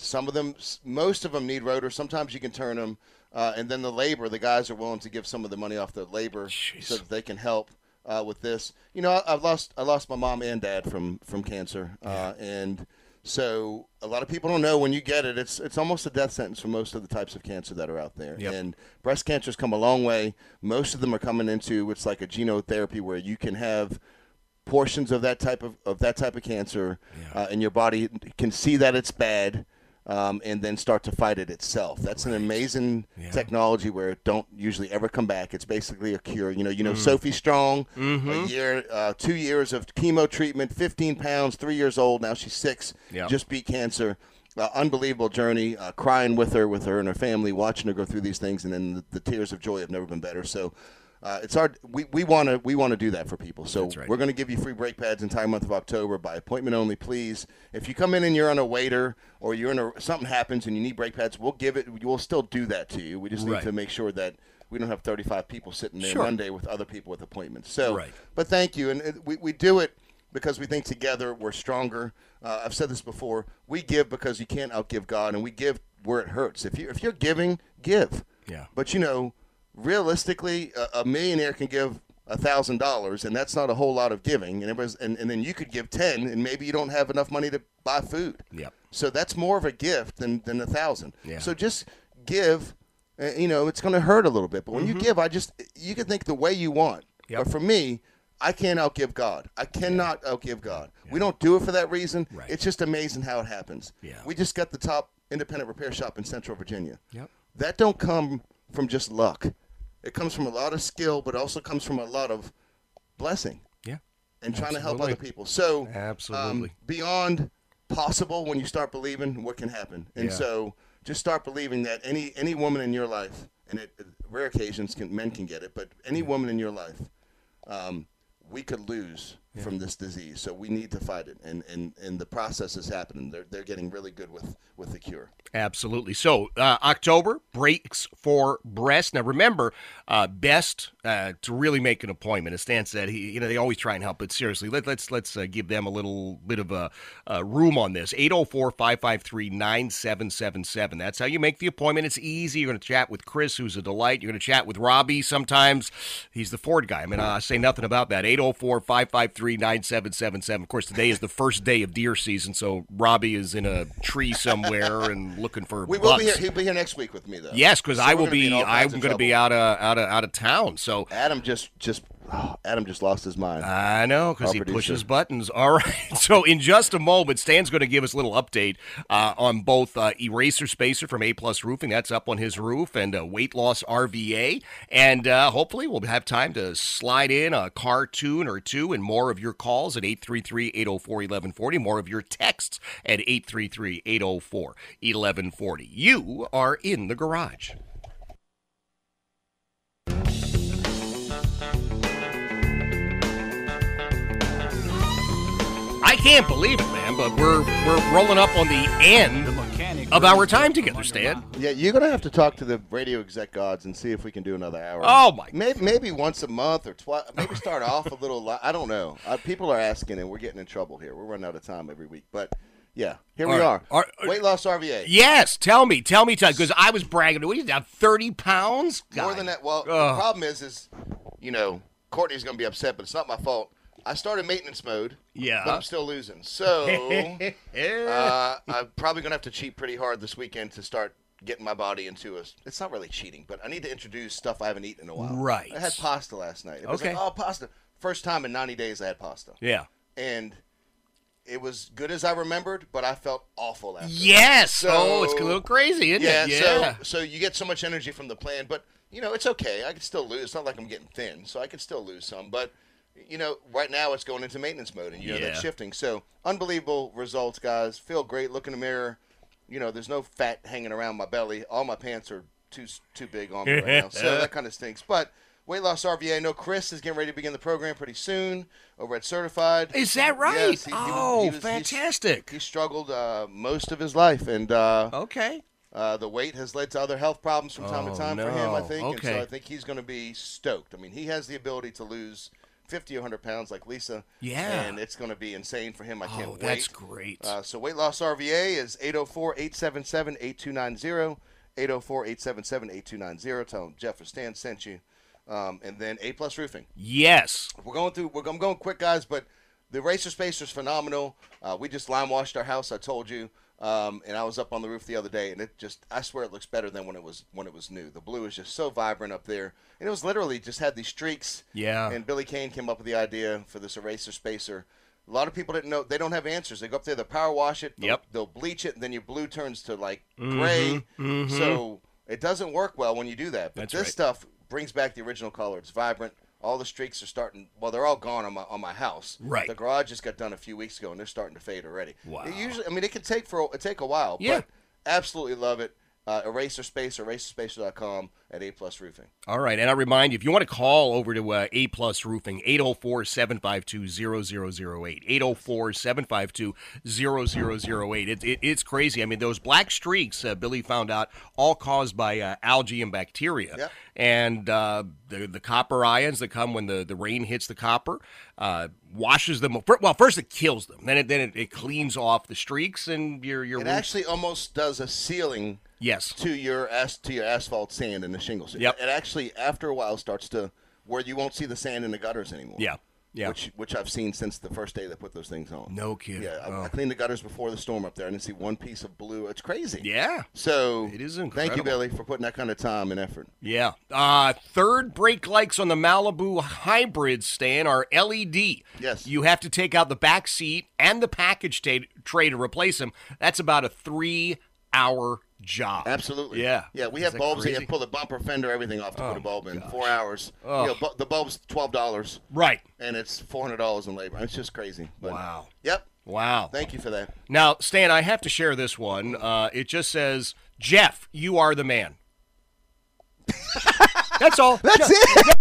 Speaker 3: some of them s- most of them need rotor sometimes you can turn them uh, and then the labor the guys are willing to give some of the money off the labor so that they can help uh, with this you know I, i've lost i lost my mom and dad from from cancer uh, and so a lot of people don't know when you get it it's it's almost a death sentence for most of the types of cancer that are out there
Speaker 2: Yep.
Speaker 3: and breast cancer's come a long way most of them are coming into it's like a genotherapy where you can have portions of that type of, of that type of cancer, uh, and your body can see that it's bad, um, and then start to fight it itself. That's an amazing technology where it don't usually ever come back. It's basically a cure. You know, you know Sophie Strong, a year, uh, two years of chemo treatment, 15 pounds, three years old. Now she's six.
Speaker 2: Yeah.
Speaker 3: Just beat cancer. Uh, unbelievable journey. Uh, crying with her, with her and her family, watching her go through these things, and then the, the tears of joy have never been better. So. Uh, it's hard. We want to we want to do that for people. So we're going to give you free brake pads entire month of October by appointment only. Please, if you come in and you're on a waiter or you're in a something happens and you need brake pads, we'll give it. We'll still do that to you. We just need
Speaker 2: Right.
Speaker 3: to make sure that we don't have 35 people sitting there
Speaker 2: Sure.
Speaker 3: Monday with other people with appointments. So,
Speaker 2: Right.
Speaker 3: but thank you, and it, we we do it because we think together we're stronger. Uh, I've said this before. We give because you can't outgive God, and we give where it hurts. If you if you're giving, give.
Speaker 2: Yeah.
Speaker 3: But you know, realistically, a, a millionaire can give thousand dollars, and that's not a whole lot of giving. And it was, and, and then you could give ten, and maybe you don't have enough money to buy food.
Speaker 2: Yep.
Speaker 3: So that's more of a gift than than a thousand.
Speaker 2: Yeah.
Speaker 3: So just give. uh, You know, it's going to hurt a little bit, but when you give, I just you can think the way you want.
Speaker 2: Mm-hmm. Yep.
Speaker 3: But for me, I can't outgive God. I cannot outgive God. We don't do it for that reason.
Speaker 2: Right.
Speaker 3: It's just amazing how it happens.
Speaker 2: Yeah.
Speaker 3: We just got the top independent repair shop in Central Virginia.
Speaker 2: Yep.
Speaker 3: That don't come from just luck. It comes from a lot of skill, but also comes from a lot of blessing
Speaker 2: Yeah.
Speaker 3: and trying to help
Speaker 2: Absolutely.
Speaker 3: other people. So um,
Speaker 2: Absolutely.
Speaker 3: beyond possible when you start believing what can happen, and
Speaker 2: Yeah.
Speaker 3: so just start believing that any any woman in your life, and it, rare occasions can men can get it, but any woman in your life, um, we could lose from this disease. So we need to fight it, and and, and the process is happening. They're they're getting really good with with the cure.
Speaker 2: Absolutely. So uh, October breaks for breast. Now remember, uh, best uh, to really make an appointment. As Stan said, he, you know they always try and help, but seriously, let, let's let's uh, give them a little bit of a uh, room on this. 804-553-9777. That's how you make the appointment. It's easy. You're going to chat with Chris, who's a delight. You're going to chat with Robbie. Sometimes he's the Ford guy. I mean, I say nothing about that. 804-553-9777. Of course, today is the first day of deer season, so Robbie is in a tree somewhere and looking for
Speaker 3: We will
Speaker 2: bucks.
Speaker 3: be here. He'll be here next week with me, though.
Speaker 2: Yes, because
Speaker 3: So
Speaker 2: I
Speaker 3: we're
Speaker 2: will
Speaker 3: gonna in
Speaker 2: be.
Speaker 3: all kinds
Speaker 2: I'm
Speaker 3: of
Speaker 2: going to be
Speaker 3: trouble.
Speaker 2: out of out of out of town. So
Speaker 3: Adam just *sighs* just oh, Adam just lost his mind.
Speaker 2: I know because
Speaker 3: Our
Speaker 2: he
Speaker 3: producer.
Speaker 2: pushes buttons. All right. *laughs* So in just a moment, Stan's going to give us a little update uh, on both uh, Eraser Spacer from A Plus Roofing that's up on his roof and uh, Weight Loss RVA, and uh, hopefully we'll have time to slide in a cartoon or two and more of your calls at 833-804-1140, more of your texts at 833-804-1140. You are in the garage. I can't believe it, man, but we're we're rolling up on the end of our time together, Stan.
Speaker 3: Yeah, you're gonna have to talk to the radio exec gods and see if we can do another hour.
Speaker 2: Oh, my!
Speaker 3: Maybe, maybe once a month or
Speaker 2: *laughs*
Speaker 3: twice. Maybe start off a little. Li- I don't know. Uh, people are asking, and we're getting in trouble here. We're running out of time every week. But yeah, here we
Speaker 2: All right.
Speaker 3: are. Weight loss RVA.
Speaker 2: Yes, tell me, tell me, Todd, because I was bragging. What, he's down thirty pounds?
Speaker 3: More
Speaker 2: God.
Speaker 3: than
Speaker 2: *laughs*
Speaker 3: that. Well,
Speaker 2: Ugh.
Speaker 3: the problem is, is you know, Courtney's gonna be upset, but it's not my fault. I started maintenance mode.
Speaker 2: Yeah.
Speaker 3: But I'm still losing. So
Speaker 2: *laughs*
Speaker 3: uh, I'm probably gonna have to cheat pretty hard this weekend to start getting my body into a. It's not really cheating, but I need to introduce stuff I haven't eaten in a while.
Speaker 2: Right.
Speaker 3: I had pasta last night. It was
Speaker 2: Okay.
Speaker 3: like, oh, pasta. First time in 90 days I had pasta.
Speaker 2: Yeah.
Speaker 3: And it was good as I remembered, but I felt awful after.
Speaker 2: Yes.
Speaker 3: So-
Speaker 2: oh, it's a little crazy, isn't
Speaker 3: yeah,
Speaker 2: it? Yeah.
Speaker 3: So, so you get so much energy from the plan, but you know it's okay. I can still lose. It's not like I'm getting thin, so I can still lose some. But you know, right now it's going into maintenance mode, and you know
Speaker 2: Yeah.
Speaker 3: that's shifting. So unbelievable results, guys. Feel great. Look in the mirror. You know, there's no fat hanging around my belly. All my pants are too too big on me right now, so that kind of stinks. But weight loss RVA. I know Chris is getting ready to begin the program pretty soon over at Certified.
Speaker 2: Is that right?
Speaker 3: Yes, he- he was- he
Speaker 2: oh,
Speaker 3: was- he's-
Speaker 2: fantastic.
Speaker 3: He struggled uh, most of his life, and uh,
Speaker 2: okay.
Speaker 3: uh, the weight has led to other health problems from time
Speaker 2: Oh,
Speaker 3: to time for him, I
Speaker 2: no.
Speaker 3: think. And
Speaker 2: Okay.
Speaker 3: so I think he's going to be stoked. I mean, he has the ability to lose 50 or 100 pounds like Lisa.
Speaker 2: Yeah.
Speaker 3: And it's going to be insane for him. I can't
Speaker 2: Oh,
Speaker 3: wait.
Speaker 2: that's great.
Speaker 3: Uh, so weight loss RVA is 804 877 8290. 804 877 8290. Tell him Jeff or Stan sent you. Um, and then A Plus Roofing
Speaker 2: yes.
Speaker 3: we're going through. We're, I'm going quick, guys, but the Racer Spacer is phenomenal. Uh, we just lime washed our house. I told you, um, and I was up on the roof the other day, and it just I swear it looks better than when it was when it was new. The blue is just so vibrant up there, and it was literally just had these streaks.
Speaker 2: Yeah.
Speaker 3: And Billy Kane came up with the idea for this Eraser Spacer. A lot of people didn't know. They don't have answers. They go up there, they power wash it. They'll,
Speaker 2: Yep. Mm-hmm.
Speaker 3: they'll bleach it, and then your blue turns to like gray. So it doesn't work well when you do that. But
Speaker 2: That's
Speaker 3: this
Speaker 2: right.
Speaker 3: stuff brings back the original color. It's vibrant. All the streaks are starting. Well, they're all gone on my on my house.
Speaker 2: Right.
Speaker 3: The garage just got done a few weeks ago, and they're starting to fade already.
Speaker 2: Wow.
Speaker 3: It usually, I mean, it can take for it take a while.
Speaker 2: Yeah.
Speaker 3: But absolutely love it. Uh, eraser space, eraserspacer.com at A Plus Roofing.
Speaker 2: All right, and I remind you, if you want to call over to uh, A Plus Roofing, 804-752-0008, 804-752-0008. It, it, it's crazy. I mean, those black streaks, uh, Billy found out, all caused by uh, algae and bacteria.
Speaker 3: Yep.
Speaker 2: And uh, the, the copper ions that come when the, the rain hits the copper uh, washes them. fir- Well, first it kills them. Then it, then it, it cleans off the streaks and your, your
Speaker 3: It
Speaker 2: roof-
Speaker 3: actually almost does a ceiling
Speaker 2: Yes.
Speaker 3: to your as to your asphalt sand and the shingles.
Speaker 2: Yep.
Speaker 3: It actually after a while starts to where you won't see the sand in the gutters anymore.
Speaker 2: Yeah, yeah.
Speaker 3: Which which I've seen since the first day they put those things on.
Speaker 2: No kidding.
Speaker 3: Yeah, I, I
Speaker 2: Oh.
Speaker 3: cleaned the gutters before the storm up there. I didn't see one piece of blue. It's crazy.
Speaker 2: Yeah.
Speaker 3: So
Speaker 2: It is
Speaker 3: Thank you,
Speaker 2: incredible.
Speaker 3: Billy, for putting that kind of time and effort.
Speaker 2: Yeah. Uh, third brake lights on the Malibu hybrid stand are LED.
Speaker 3: Yes.
Speaker 2: You have to take out the back seat and the package ta- tray to replace them. That's about a three hour job.
Speaker 3: Absolutely.
Speaker 2: Yeah.
Speaker 3: Yeah. We
Speaker 2: Is
Speaker 3: have
Speaker 2: that
Speaker 3: bulbs. They
Speaker 2: crazy? Oh,
Speaker 3: have to pull the bumper fender, everything off to put a bulb in. Four hours.
Speaker 2: Ugh.
Speaker 3: You know, bu- the bulb's twelve dollars,
Speaker 2: Right.
Speaker 3: and it's four hundred dollars in labor. It's just crazy. But,
Speaker 2: Wow.
Speaker 3: Yep.
Speaker 2: Wow.
Speaker 3: Thank you for that.
Speaker 2: Now, Stan, I have to share this one. Uh, it just says, Jeff, you are
Speaker 3: *laughs*
Speaker 2: the man. That's all. That's
Speaker 3: it.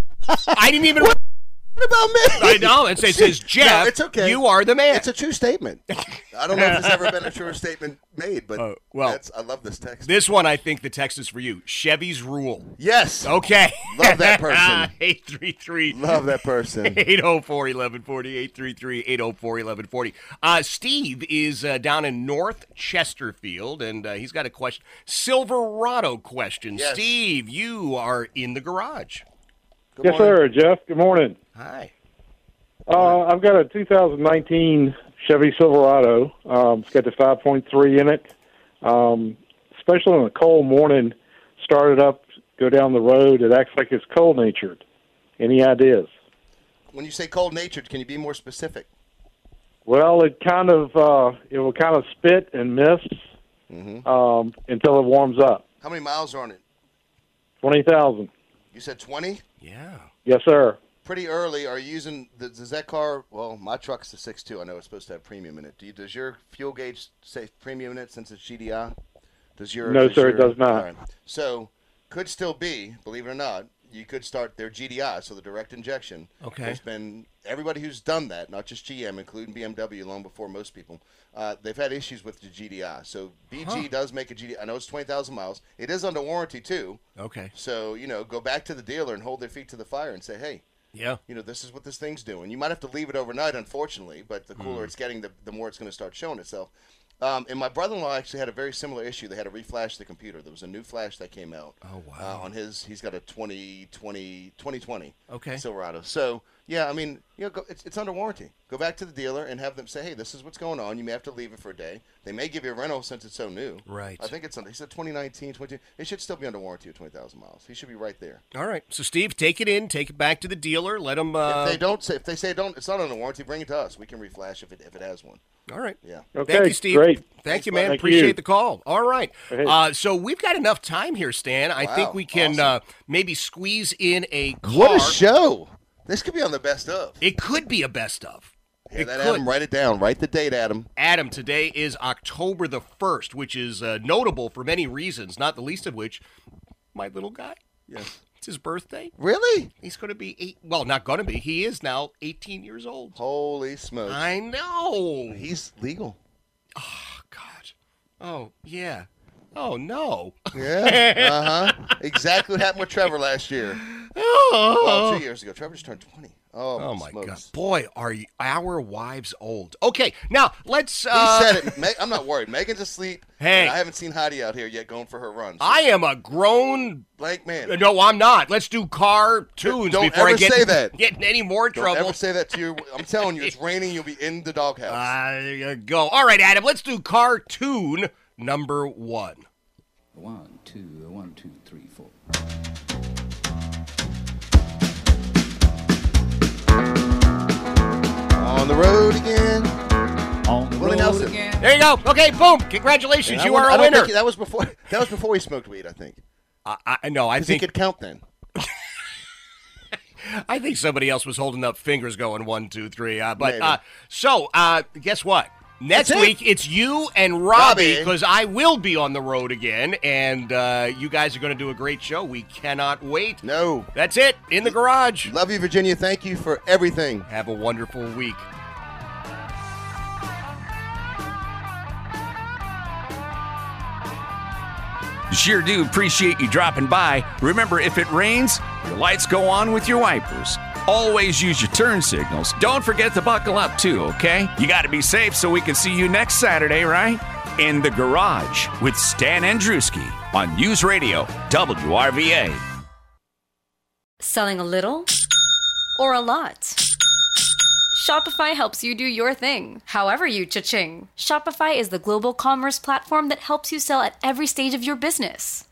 Speaker 2: I didn't even.
Speaker 3: What about me?
Speaker 2: I know. It says, says, Jeff,
Speaker 3: *laughs* No, it's okay.
Speaker 2: you are the man.
Speaker 3: It's a true statement. I don't know if there's ever been a truer statement made, but
Speaker 2: *laughs* Oh, well.
Speaker 3: that's, I love this text.
Speaker 2: this one, I think the text is for you. Chevy's rule.
Speaker 3: yes,
Speaker 2: Okay.
Speaker 3: Love that
Speaker 2: *laughs*
Speaker 3: person.
Speaker 2: 833
Speaker 3: love that
Speaker 2: *laughs*
Speaker 3: person.
Speaker 2: 804 1140. 833 804 1140. Uh, Steve is uh, down in North Chesterfield, and uh, he's got a question Silverado question.
Speaker 3: Yes.
Speaker 2: Steve, you are in the garage.
Speaker 3: Good
Speaker 7: Yes,
Speaker 3: morning.
Speaker 7: sir, Jeff. Good morning.
Speaker 2: Hi.
Speaker 7: Uh, I've got a 2019 Chevy Silverado. Um, it's got the 5.3 in it. Um, especially on a cold morning, start it up, go down the road. It acts like it's cold natured. Any ideas?
Speaker 3: when you say cold natured, can you be more specific?
Speaker 7: Well, it kind of uh, it will kind of spit and mist um, until it warms up.
Speaker 3: How many miles are on it?
Speaker 7: Twenty thousand.
Speaker 3: You said twenty.
Speaker 2: Yeah.
Speaker 7: Yes, sir.
Speaker 3: Pretty early. Are you using the, does that car? Well, my truck's the six two. I know it's supposed to have premium in it. Do you, does your fuel gauge say premium in it since it's GDI? Does your
Speaker 7: no,
Speaker 3: does
Speaker 7: sir, it
Speaker 3: your-
Speaker 7: does not.
Speaker 3: all right. So could still be, believe it or not, you could start their GDI, so the direct injection.
Speaker 8: Okay.
Speaker 3: There's been everybody who's done that, not just GM, including BMW, long before most people. Uh, they've had issues with the GDI. So BG
Speaker 8: Huh.
Speaker 3: does make a GDI. I know it's twenty thousand miles. It is under warranty too.
Speaker 8: Okay.
Speaker 3: So you know, go back to the dealer and hold their feet to the fire and say, hey.
Speaker 8: Yeah.
Speaker 3: You know, this is what this thing's doing. You might have to leave it overnight, unfortunately, but the cooler
Speaker 8: Mm.
Speaker 3: it's getting, the, the more it's going to start showing itself. Um, and my brother-in-law actually had a very similar issue. They had to reflash the computer. There was a new flash that came out.
Speaker 8: Oh,
Speaker 3: wow! on his, he's got a 2020, 2020
Speaker 8: Okay.
Speaker 3: Silverado. So yeah, I mean, you know, go, it's, it's under warranty. Go back to the dealer and have them say, hey, this is what's going on. You may have to leave it for a day. They may give you a rental since it's so new.
Speaker 8: Right.
Speaker 3: I think it's under. He said 2019, 20. It should still be under warranty at 20,000 miles. He should be right there.
Speaker 2: All right. So, Steve, take it in, take it back to the dealer, let them. Uh,
Speaker 3: if they don't say, if they say don't, it's not under warranty. Bring it to us. We can reflash if it if it has one.
Speaker 2: All right.
Speaker 3: Yeah.
Speaker 2: Thank you, Steve. Thank you, man. Appreciate the call. All right.
Speaker 3: Hey.
Speaker 2: Uh, so we've got enough time here, Stan. I
Speaker 3: Wow,
Speaker 2: think we can uh, maybe squeeze in a car.
Speaker 3: What a show! This could be on the best of.
Speaker 2: It could be a best of.
Speaker 3: Hear
Speaker 2: It
Speaker 3: that,
Speaker 2: could.
Speaker 3: Adam? Write it down. Write the date, Adam.
Speaker 2: Adam, today is October the 1st, which is uh, notable for many reasons, not the least of which, my little guy.
Speaker 3: Yes.
Speaker 2: It's his birthday.
Speaker 3: Really?
Speaker 2: He's going to be eight. Well, not going to be. He is now 18 years old.
Speaker 3: Holy smokes!
Speaker 2: I know.
Speaker 3: He's
Speaker 2: *laughs*
Speaker 3: legal.
Speaker 2: Oh, yeah. Oh, no. *laughs*
Speaker 3: Yeah. uh huh. Exactly what happened with Trevor last year.
Speaker 2: Oh.
Speaker 3: Well, two years ago, Trevor just turned 20. Oh,
Speaker 2: Oh, my
Speaker 3: smokes.
Speaker 2: God. Boy, are you, our wives old. Okay, now let's.
Speaker 3: He
Speaker 2: Uh,
Speaker 3: said it. Me- I'm not worried. Megan's asleep.
Speaker 2: Hey.
Speaker 3: and I haven't seen Heidi out here yet going for her runs.
Speaker 2: I am a grown
Speaker 3: blank man.
Speaker 2: No, I'm not. Let's do car tunes
Speaker 3: Don't
Speaker 2: before
Speaker 3: ever
Speaker 2: I get
Speaker 3: say that.
Speaker 2: Get in any more
Speaker 3: Don't
Speaker 2: trouble.
Speaker 3: ever say that to you. I'm telling
Speaker 2: *laughs*
Speaker 3: you, it's raining. You'll be in the doghouse.
Speaker 2: Ah, there you go. All right, Adam. Let's do cartoon number one.
Speaker 9: One, two, one, two, three, four.
Speaker 2: Ah.
Speaker 3: On the road again.
Speaker 9: On
Speaker 3: Willie Nelson.
Speaker 2: There you go. Okay, boom. Congratulations,
Speaker 3: And I
Speaker 2: you
Speaker 3: wonder-
Speaker 2: are
Speaker 3: I
Speaker 2: a
Speaker 3: don't
Speaker 2: winner.
Speaker 3: think- that was before. *laughs* That was before he smoked weed. I think.
Speaker 2: I, I no, I
Speaker 3: 'Cause he
Speaker 2: think
Speaker 3: could count then.
Speaker 2: I think somebody else was holding up fingers, going one, two, three. Uh, but
Speaker 3: Maybe.
Speaker 2: uh, so, uh, guess what? Next
Speaker 3: That's it.
Speaker 2: week it's you and Robbie
Speaker 3: Robbie.
Speaker 2: because I will be on the road again, and uh, you guys are going to do a great show. We cannot wait.
Speaker 3: No.
Speaker 2: That's it in the garage.
Speaker 3: Love you, Virginia. Thank you for everything.
Speaker 2: Have a wonderful week.
Speaker 1: Sure do appreciate you dropping by. Remember, if it rains, your lights go on with your wipers. Always use your turn signals. Don't forget to buckle up, too, okay? You got to be safe so we can see you next Saturday, right? In the garage with Stan Andruski on News Radio WRVA.
Speaker 10: Selling a little or a lot? Shopify helps you do your thing, however you cha-ching. Shopify is the global commerce platform that helps you sell at every stage of your business.